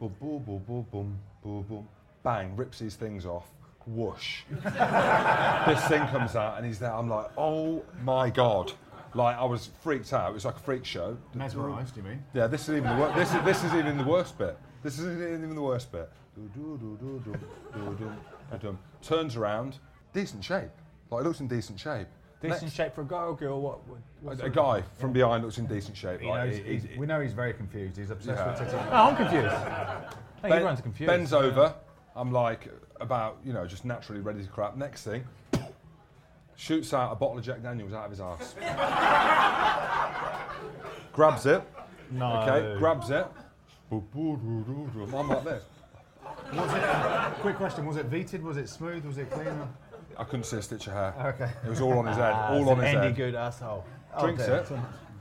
A: Boom, boom, boom, boom, boom, boom, boom. Bang, rips these things off. Whoosh. this thing comes out, and he's there. I'm like, oh my god. Like I was freaked out. It was like a freak show.
C: Mesmerised, you mean?
A: Yeah, this is even the worst. This is this is even the worst bit. This isn't even the worst bit. Do, do, do, do, do, do, do, do, do. Turns around, decent shape. Like it looks in decent shape.
B: Decent
A: Next-
B: shape for a guy or girl. What? what what
A: A, a
B: sort of-
A: guy from behind looks in decent shape.
C: He
A: like,
C: knows,
A: he-
C: he's,
A: he-
C: we know he's very confused. He's obsessed
A: Yeah.
C: with Titty.
B: No, I'm confused. I think
A: Ben-
B: everyone's confused.
A: Bends over. I'm like about you know just naturally ready to crap. Next thing, shoots out a bottle of Jack Daniels out of his arse. Grabs it.
B: No.
A: Okay, grabs it. I'm like this.
C: Quick question: Was it veted? Was it smooth? Was it clean?
A: I couldn't see a stitch of hair.
C: Okay.
A: It was all on his head.
B: Ah,
A: all
B: it's
A: on
B: an
A: his
B: Andy
A: head.
B: Good asshole.
A: Drinks
C: dear.
A: it.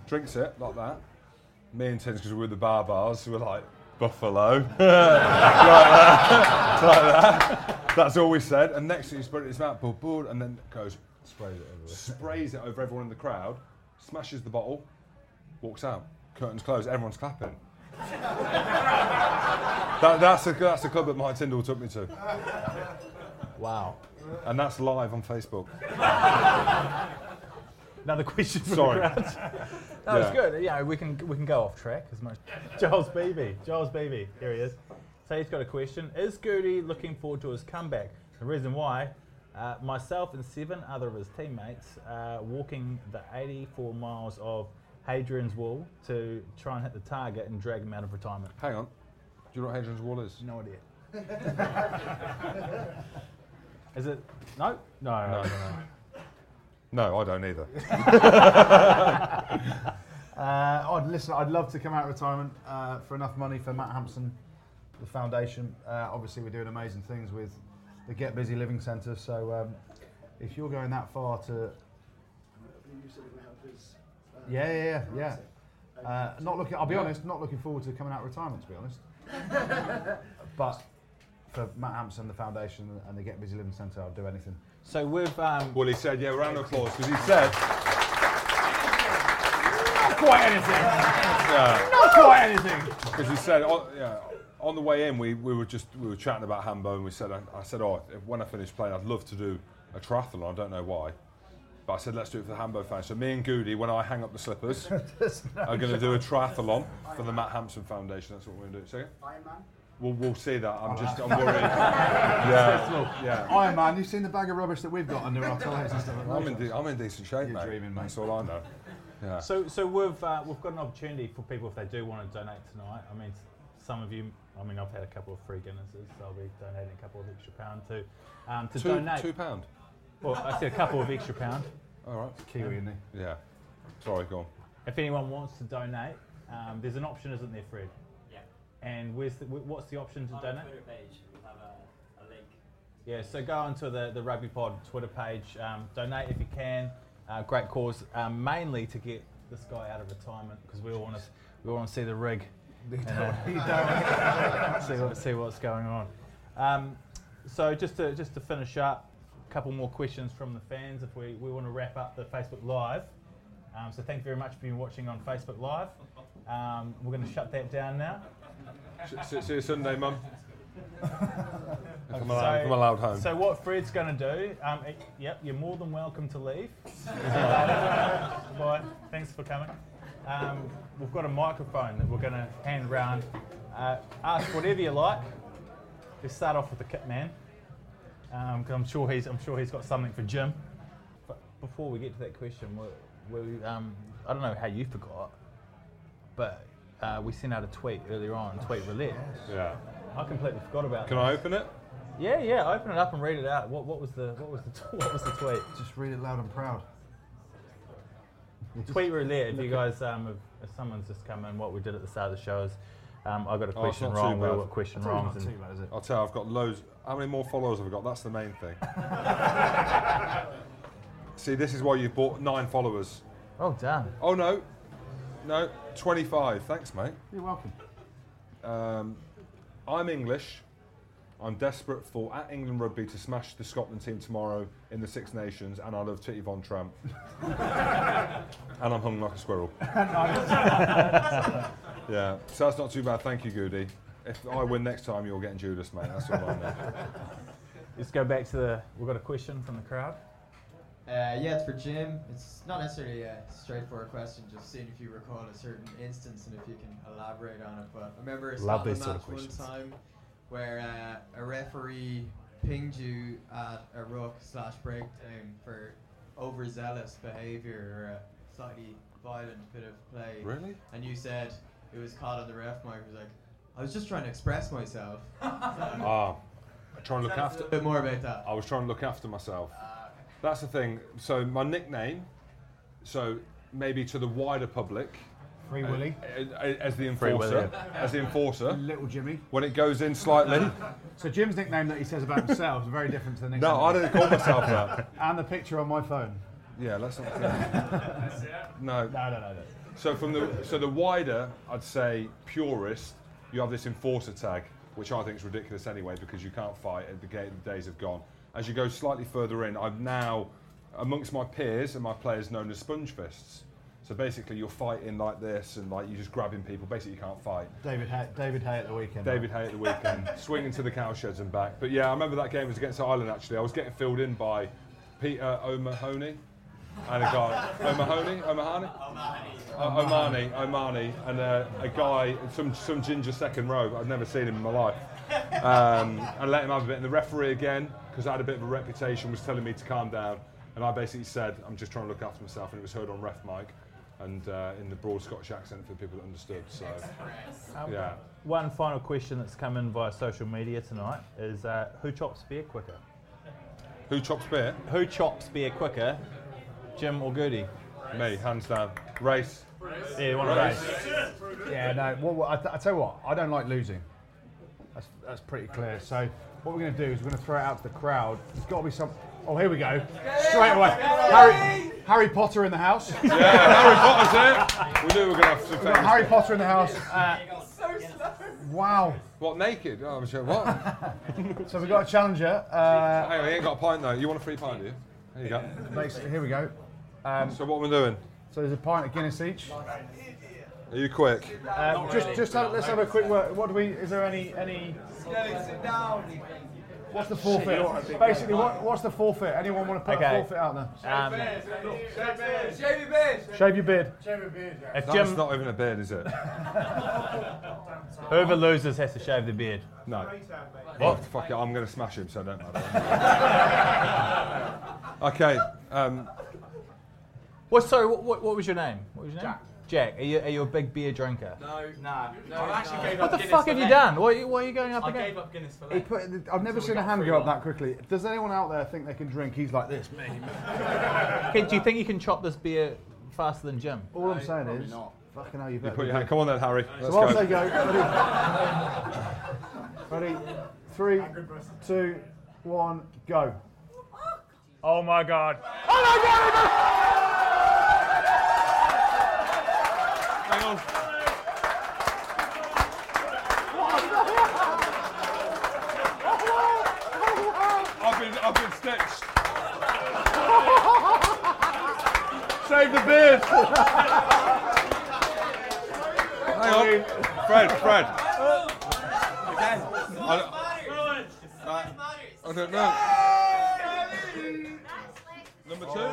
A: Drinks it like that. Me and Tins, because we were the bar bars, we were like buffalo. like that. like that. That's all we said. And next thing you spread it, it's that board, board, and then goes
C: Sprays it everywhere.
A: sprays it over everyone in the crowd, smashes the bottle, walks out. Curtains closed, everyone's clapping. that, that's, the, that's the club that Mike Tyndall took me to.
B: Wow.
A: And that's live on Facebook.
B: Another question from
A: Sorry.
B: the crowd. That
A: Yeah.
B: was Oh, good. Yeah, we can we can go off track as much. Giles Beebe. Giles Beebe. Here he is. So he's got a question. Is Goody looking forward to his comeback? The reason why, uh, myself and seven other of his teammates uh, walking the 84 miles of Hadrian's Wall to try and hit the target and drag him out of retirement.
A: Hang on. Do you know what Hadrian's Wall is?
B: No idea. is it? No? No. no.
A: No, I don't either.
C: Uh, I'd listen. I'd love to come out of retirement uh, for enough money for Matt Hampson, the foundation. Uh, obviously, we're doing amazing things with the Get Busy Living Centre. So, um, if you're going that far to,
D: You said it would help his. Uh,
C: yeah, yeah, yeah, yeah. Uh, not looking. I'll be
A: Yeah.
C: honest. Not looking forward to coming out of retirement. To be honest, but for Matt Hampson, the foundation, and the Get Busy Living Centre, I'd do anything.
B: So we've. Um,
A: Well, he said, yeah, round of applause, because he said,
H: Quite anything.
A: yeah,
H: Not quite anything.
A: because he said, oh, yeah, on the way in, we, we were just, we were chatting about Hambo, and we said, I, I said, oh, if- when I finish playing, I'd love to do a triathlon, I don't know why. But I said, let's do it for the Hambo fans. So me and Goody, when I hang up the slippers, are going to do a triathlon for the Matt Hampson Foundation. That's what we're going to do. Second? We'll, we'll see that. I'm just, I'm worried. yeah, yeah.
C: Iron Man, you've seen the bag of rubbish that we've got under our toilets and stuff like that.
A: I'm in, de- I'm in decent shape,
C: You're
A: mate.
C: dreaming, mate.
A: That's all I know. Yeah.
B: So, so we've uh, we've got an opportunity for people if they do want to donate tonight. I mean, s- some of you. I mean, I've had a couple of free Guinnesses, so I'll be donating a couple of extra pound to um, to
A: two,
B: donate.
A: two pound.
B: Well, I said a couple of extra pound.
A: All right.
C: Kiwi, isn't he?
A: Yeah. Sorry, go on.
B: If anyone wants to donate, um, there's an option, isn't there, Fred?
F: Yeah.
B: And where's the, wh- what's the option to
F: On our
B: donate?
F: Twitter page, we'll have a, a link.
B: Yeah, so go onto the, the Rugby Pod Twitter page, um, donate if you can. Uh, great cause, um, mainly to get this guy out of retirement because we all want to we all want to see the rig. and, uh, see, what, see what's going on. Um, so just to just to finish up, a couple more questions from the fans. If we, we want to wrap up the Facebook Live, um, so thank you very much for being watching on Facebook Live. Um, we're going to shut that down now.
A: S- See, see you Sunday, mum. if I'm allowed,
B: So-
A: if I'm allowed home.
B: So what Fred's going to do? Um, it- yep, you're more than welcome to leave. Bye. Thanks for coming. Um, we've got a microphone that we're going to hand round. Uh, ask whatever you like. Let's start off with the kit man, because I'm sure he's I'm sure he's got something for Jim. But before we get to that question, we, we, um, I don't know how you forgot, but uh, we sent out a tweet earlier on, tweet roulette.
A: yeah.
B: I completely forgot about.
A: Can
B: that.
A: I open it?
B: Yeah, yeah. Open it up and read it out. What, what was the what was the t- what was the tweet?
C: Just read it loud and proud.
B: tweet roulette. If you guys, um, if, if someone's just come in, what we did at the start of the show is, um, I got a
A: Oh, it's
B: question
A: not too
B: wrong. We
A: bad.
B: all got question
C: Probably
B: wrongs.
C: not too
B: And
C: bad, is it?
A: I'll tell you, I've got loads. How many more followers have I got? That's the main thing. see, this is why you've bought nine followers.
B: well done.
A: Oh, no. No, 25. Thanks, mate.
C: You're welcome.
A: Um, I'm English. I'm desperate for at England Rugby to smash the Scotland team tomorrow in the Six Nations, and I love Titty Von Tramp. and I'm hung like a squirrel. yeah, so that's not too bad. Thank you, Goody. If I win next time, you're getting Judas, mate. That's all I know.
B: Let's go back to the. We've got a question from the crowd.
J: Uh, yeah, it's for Jim. It's not necessarily a straightforward question, just seeing if you recall a certain instance and if you can elaborate on it. But I remember a
B: Love
J: Scotland
B: these sort
J: match
B: of
J: one
B: questions.
J: time where uh, a referee pinged you at a ruck slash breakdown for overzealous behaviour or a slightly violent bit of play.
A: Really?
J: And you said it was caught on the ref mic. It was like, I was just trying to express myself. So,
A: Ah, I try and look
J: tell us
A: after.
J: a bit more about that.
A: I was trying to look after myself.
J: Uh,
A: That's the thing. So my nickname, so maybe to the wider public,
C: Free Willy.
A: Uh, uh, As the
C: Free Willy.
A: enforcer. As the enforcer.
C: Little Jimmy.
A: When it goes in slightly.
C: So Jim's nickname that he says about himself is very different to the nickname.
A: No, I didn't call myself that.
C: And the picture on my phone.
A: Yeah, let's not. No. No, no, no, no. So from the so the wider, I'd say purist, you have this enforcer tag, which I think is ridiculous anyway because you can't fight. and The ga- the days have gone. As you go slightly further in, I'm now amongst my peers and my players known as sponge fists. So basically, you're fighting like this and like you're just grabbing people. Basically, you can't fight.
C: David Hay, David Hay at the weekend.
A: David Hay at the weekend, swinging to the cow sheds and back. But yeah, I remember that game was against Ireland actually. I was getting filled in by Peter O'Mahony and a guy. O'Mahony? O'Mahony? Uh, Omani, Omani, and uh, a guy, some some ginger second row. I'd never seen him in my life. Um, and let him have a bit. And the referee again, because I had a bit of a reputation, was telling me to calm down. And I basically said, I'm just trying to look after myself. And it was heard on ref mic, and uh, in the broad Scottish accent for the people that understood. So,
B: Um,
A: yeah.
B: One final question that's come in via social media tonight is uh, who chops beer quicker?
A: Who chops beer?
B: Who chops beer quicker, Jim or Goody?
A: Me, hands down. Race.
B: Yeah, you want to race.
C: Yeah, no. Well, well, I, th- I tell you what, I don't like losing. That's, that's pretty clear. So what we're going to do is we're going to throw it out to the crowd. There's got to be some. Oh, here we go. Straight away. Harry, Harry Potter in the house.
A: Harry Potter's here. We knew we were going to have some
C: We've got
A: famous-
C: Harry Potter in the house. Uh, wow.
A: What, naked? Oh, I'm sure. What?
C: So we've got a challenger. Uh,
A: Hang on, he ain't got a pint though. You want a free pint, do you? There you go.
C: makes- here we go. Um,
A: So, what am I doing?
C: so there's a pint of Guinness each.
A: Are you quick?
C: Um, just, just have, let's have a quick work. What do we? Is there any any? What's the forfeit? Basically, what, what's the forfeit? Anyone want to put
B: Okay.
C: a forfeit out there?
B: Um,
C: Shave your beard.
B: if
A: That's
B: Jim,
A: not even a beard, is it?
B: whoever loses has to shave their beard.
A: No. What? Fuck it, I'm going to smash him, so it don't matter. okay. Um,
B: Well, sorry, what, what, what was your name? What was your name? Jack. are you, are you a big beer drinker?
F: No, nah. No, I actually gave
B: What
F: up
B: the
F: Guinness
B: fuck
F: for
B: have you
F: that.
B: done? Why, are you- why are you going up
F: I
B: again?
F: gave up Guinness for
C: He
F: that.
C: put, I've never seen a hand go up that quickly. Does anyone out there think they can drink? He's like this.
B: Okay, do you think you can chop this beer faster than Jim?
C: All I'm saying is, fucking hell, you
A: you
C: better.
A: put
C: be
A: your hand. Come on then, Harry. Let's
C: So off they
A: go.
C: go. Ready? Ready? Three, two, one, go.
B: Oh my god.
A: Hang on. I've been, I've been stitched. Save the beard. Hang on. Fred, Fred. I don't, I don't know. Number two.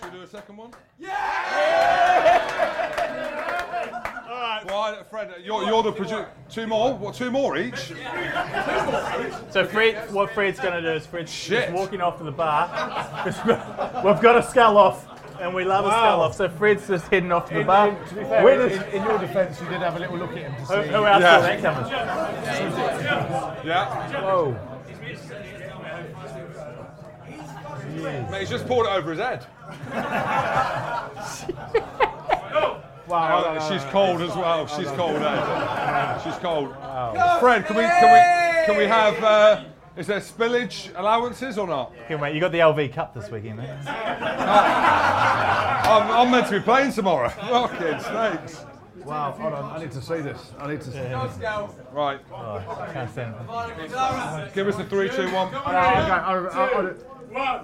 A: Should we do a second one? Yeah! Well, I- Fred, you're, you're the producer. Two more? What, two more each?
B: So Fred, what Fred's going to do is Fred's
A: Shit.
B: just walking off to the bar. 'cause We've got a skull off, and we love a skull off. So Fred's just heading off to the bar.
C: to be fair,
B: Where does-
C: in, in your defence, you did have a little look at him to
B: who,
C: see.
B: who else
A: Yeah.
B: saw that coming?
A: Yeah.
C: Whoa.
A: Mate, he's just poured it over his head.
C: Wow.
A: Oh, she's cold as well. She's cold. eh? She's cold. Fred, can we can we can we have? Uh, is there spillage allowances or not?
B: Okay, mate, you got the LV Cup this weekend. Eh?
A: I'm, I'm meant to be playing tomorrow. Fucking snakes.
C: Wow, hold on. I need to see this. I need to see this.
A: Right,
B: Can't stand it.
A: give us the three, two, one.
C: Okay, I, I, I, I,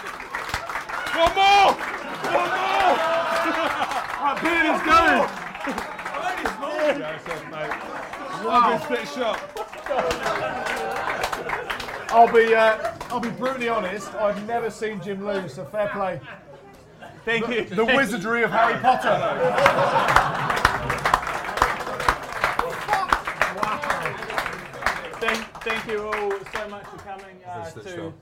A: One more! One more! My beard is going! I've been stitched up.
C: I'll be uh, I'll be brutally honest. I've never seen Jim lose, so fair play.
B: Thank you.
C: The wizardry of Harry Potter.
B: Thank, thank you all so much for coming uh,
A: Is this the
B: to
A: show?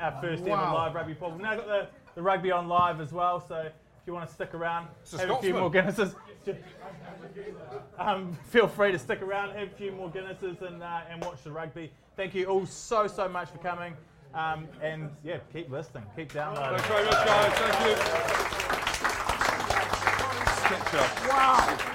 B: our first ever
C: Wow.
B: live rugby problem. Now I've got the, the rugby on live as well, so If you want to stick around,
F: It's a
B: have a few
F: Scotsman.
B: more Guinnesses. Um, feel free to stick around, have a few more Guinnesses, and uh, and watch the rugby. Thank you all so so much for coming. Um, and yeah, keep listening, keep downloading.
A: Thanks very much, guys. Thank you. Sketch up.
B: Wow.